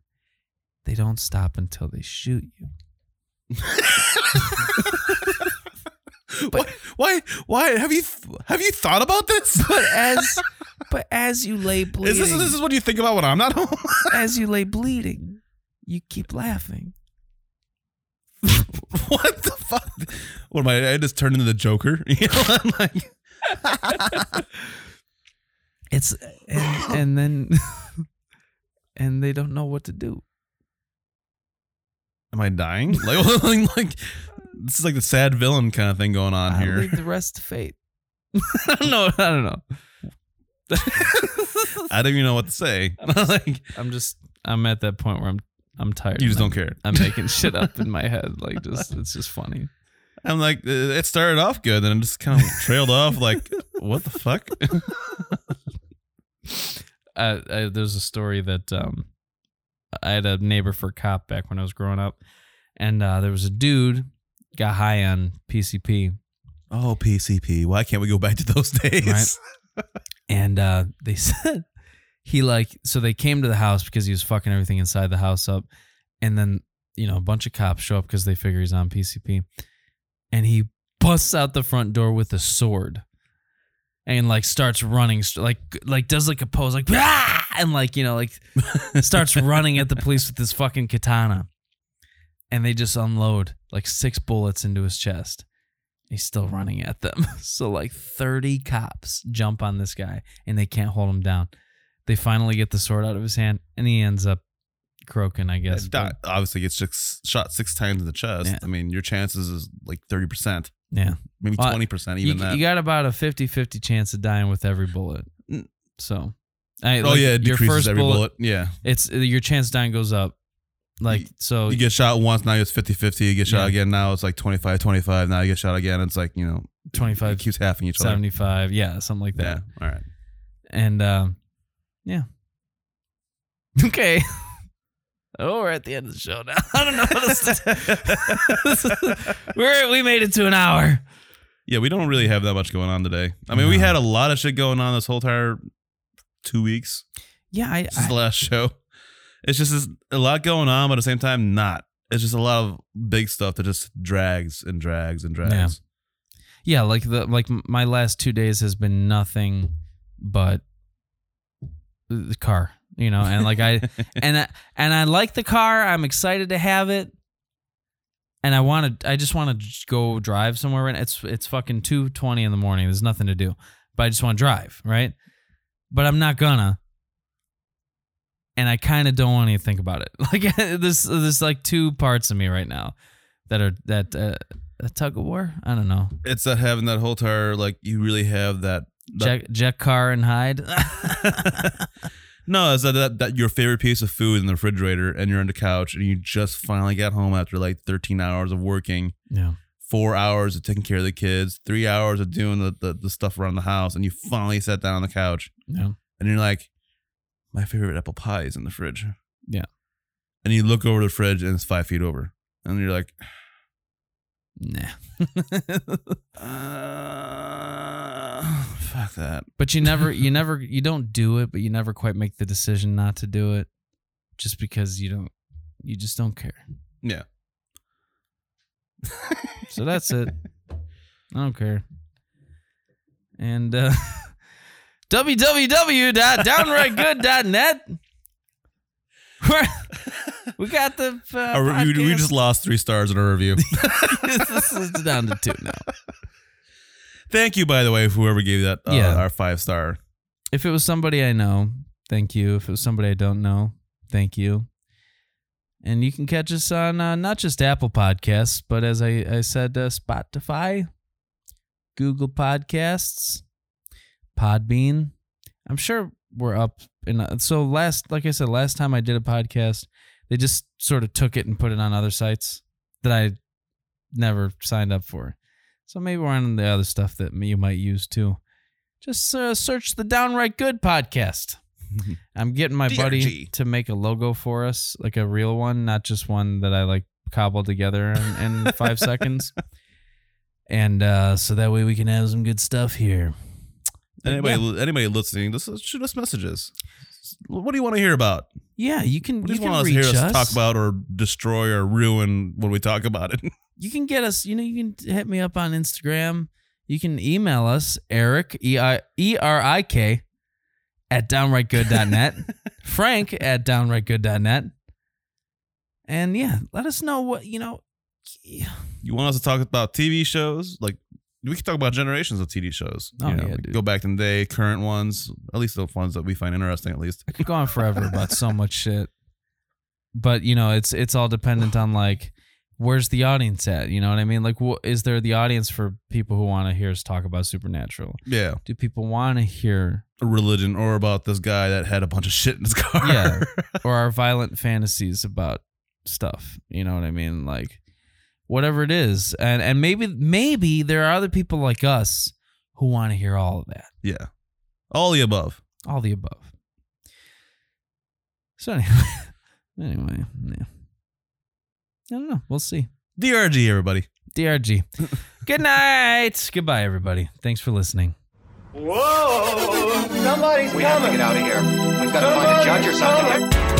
Speaker 1: They don't stop until they shoot you.
Speaker 4: Why? Why have you have you thought about this?
Speaker 1: But as, but as you lay
Speaker 4: Is
Speaker 1: bleeding,
Speaker 4: this this is what you think about when I'm not home?
Speaker 1: as you lay bleeding, you keep laughing.
Speaker 4: what the fuck? What am I? I just turned into the Joker. You know, I'm like,
Speaker 1: It's and, and then, and they don't know what to do.
Speaker 4: am I dying? Like, like, like, this is like the sad villain kind of thing going on
Speaker 1: I
Speaker 4: here.
Speaker 1: leave the rest to fate. I don't know. I don't know.
Speaker 4: I didn't even know what to say. like,
Speaker 1: I'm just I'm at that point where I'm I'm tired.
Speaker 4: you just
Speaker 1: and
Speaker 4: don't care.
Speaker 1: I'm, I'm making shit up in my head. Like just it's just funny.
Speaker 4: I'm like, uh, it started off good, then it just kind of trailed off. Like, what the fuck?
Speaker 1: Uh, I, there's a story that um, I had a neighbor for cop back when I was growing up, and uh, there was a dude got high on PCP,
Speaker 4: Oh, PCP. Why can't we go back to those days?
Speaker 1: Right. and uh, they said he like so they came to the house because he was fucking everything inside the house up, and then you know a bunch of cops show up because they figure he's on PCP, and he busts out the front door with a sword, and like starts running st- like like does like a pose like "Rah!" and like you know like starts running at the police with his fucking katana, and they just unload like six bullets into his chest. He's still running at them. So like 30 cops jump on this guy and they can't hold him down. They finally get the sword out of his hand and he ends up croaking, I guess.
Speaker 4: Di- obviously gets six, shot six times in the chest.
Speaker 1: Yeah.
Speaker 4: I mean, your chances is like thirty percent,
Speaker 1: But, yeah.
Speaker 4: maybe
Speaker 1: Well,
Speaker 4: twenty percent,
Speaker 1: You,
Speaker 4: even that.
Speaker 1: you got about a 50 50 chance of dying with every bullet.
Speaker 4: Mm.
Speaker 1: So, I,
Speaker 4: oh
Speaker 1: like,
Speaker 4: yeah, it
Speaker 1: your
Speaker 4: decreases
Speaker 1: first
Speaker 4: every
Speaker 1: bullet,
Speaker 4: bullet. Yeah,
Speaker 1: It's your chance of dying goes up. Like,
Speaker 4: You-
Speaker 1: so
Speaker 4: you get shot once, now it's 50-50. You get shot
Speaker 1: Oh, Yeah.
Speaker 4: again, now it's like 25-25. Now you get shot again, it's like you know
Speaker 1: 25,
Speaker 4: It keeps halving each
Speaker 1: 75. Yeah. Something like
Speaker 4: other. Yeah,
Speaker 1: that.
Speaker 4: all right.
Speaker 1: And, um, yeah. Okay. Oh, we're at the end of the show now. I don't know what else to We're we made it to an hour.
Speaker 4: yeah, we don't really have that much going on today. I mean, we
Speaker 1: No.
Speaker 4: had a lot of shit going on this whole entire two weeks.
Speaker 1: Yeah, I,
Speaker 4: This is the last show. It's just it's a lot going on, but at the same time, not. It's just a lot of big stuff that just drags and drags and drags.
Speaker 1: yeah, like the like my last two days has been nothing but the car, you know, and like I and I, and I like the car. I'm excited to have it, and I want to. I just want to go drive somewhere. Right, now. it's it's fucking two twenty in the morning. There's nothing to do, but I just want to drive, right? But I'm not gonna. And I kind of don't want to think about it. Like this, there's like two parts of me right now that are that uh, a tug of war. I don't know.
Speaker 4: it's that having that whole tire like you really have that, that-
Speaker 1: Jack, Jack Carr and Hyde.
Speaker 4: no it's that, that that your favorite piece of food in the refrigerator and you're on the couch and you just finally got home after like 13 hours of working
Speaker 1: yeah.
Speaker 4: four hours of taking care of the kids three hours of doing the, the, the stuff around the house and you finally sat down on the couch
Speaker 1: Yeah.
Speaker 4: and you're like my favorite apple pie is in the fridge
Speaker 1: Yeah.
Speaker 4: and you look over the fridge and it's five feet over and you're like
Speaker 1: Nah.
Speaker 4: uh, fuck that
Speaker 1: But you never, you never, you don't do it, but you never quite make the decision not to do it, just because you don't, you just don't care.
Speaker 4: Yeah.
Speaker 1: so that's it. I don't care. And uh, www.downrightgood.net. We're, we got the. Uh,
Speaker 4: Our- we, we
Speaker 1: podcast.
Speaker 4: just lost three stars in our review
Speaker 1: this is down to two now.
Speaker 4: Thank you, by the way, for whoever gave that uh,
Speaker 1: Yeah.
Speaker 4: our five star.
Speaker 1: If it was somebody I know, thank you. If it was somebody I don't know, thank you. And you can catch us on uh, not just Apple Podcasts, but as I, I said, uh, Spotify, Google Podcasts, Podbean. I'm sure we're up. And so last, like I said, last time I did a podcast, they just sort of took it and put it on other sites that I never signed up for. So maybe we're on the other stuff that you might use too. Just uh, search the Downright Good podcast. I'm getting my buddy
Speaker 6: DRG.
Speaker 1: to make a logo for us, like a real one, not just one that I like cobbled together in, in five seconds. And uh, so that way we can have some good stuff here.
Speaker 4: Anybody, anybody listening, just shoot us messages. What do you want to hear about?
Speaker 1: Yeah, you can.
Speaker 4: What do
Speaker 1: You
Speaker 4: you
Speaker 1: can
Speaker 4: want to
Speaker 1: reach
Speaker 4: hear us,
Speaker 1: us.
Speaker 4: talk about or destroy or ruin when we talk about it?
Speaker 1: You can get us. You know, you can hit me up on Instagram. You can email us, Eric E I E R I K at downrightgood.net, Frank at downrightgood.net, and yeah, let us know what you know.
Speaker 4: You want us to talk about TV shows? Like we can talk about generations of TV shows.
Speaker 1: Oh,
Speaker 4: you know,
Speaker 1: yeah,
Speaker 4: like,
Speaker 1: dude.
Speaker 4: go back in the day, current ones, at least the ones that we find interesting. At least
Speaker 1: I could go on forever about so much shit. But you know, it's it's all dependent on like where's the audience at. You know what I mean? Like, wh- is there the audience for people who want to hear us talk about supernatural?
Speaker 4: yeah,
Speaker 1: Do people want to hear
Speaker 4: a religion or about this guy that had a bunch of shit in his car.
Speaker 1: Yeah. or our violent fantasies about stuff? You know what I mean? Like, whatever it is, and and maybe maybe there are other people like us who want to hear all of that,
Speaker 4: yeah, all the above.
Speaker 1: all the above. So anyway, anyway, yeah. I don't know. We'll see.
Speaker 4: DRG, everybody.
Speaker 1: DRG. Good night. Goodbye, everybody. Thanks for listening.
Speaker 2: Whoa! Somebody's
Speaker 3: We have to
Speaker 2: coming.
Speaker 3: get out of here. We've got to find a judge or something.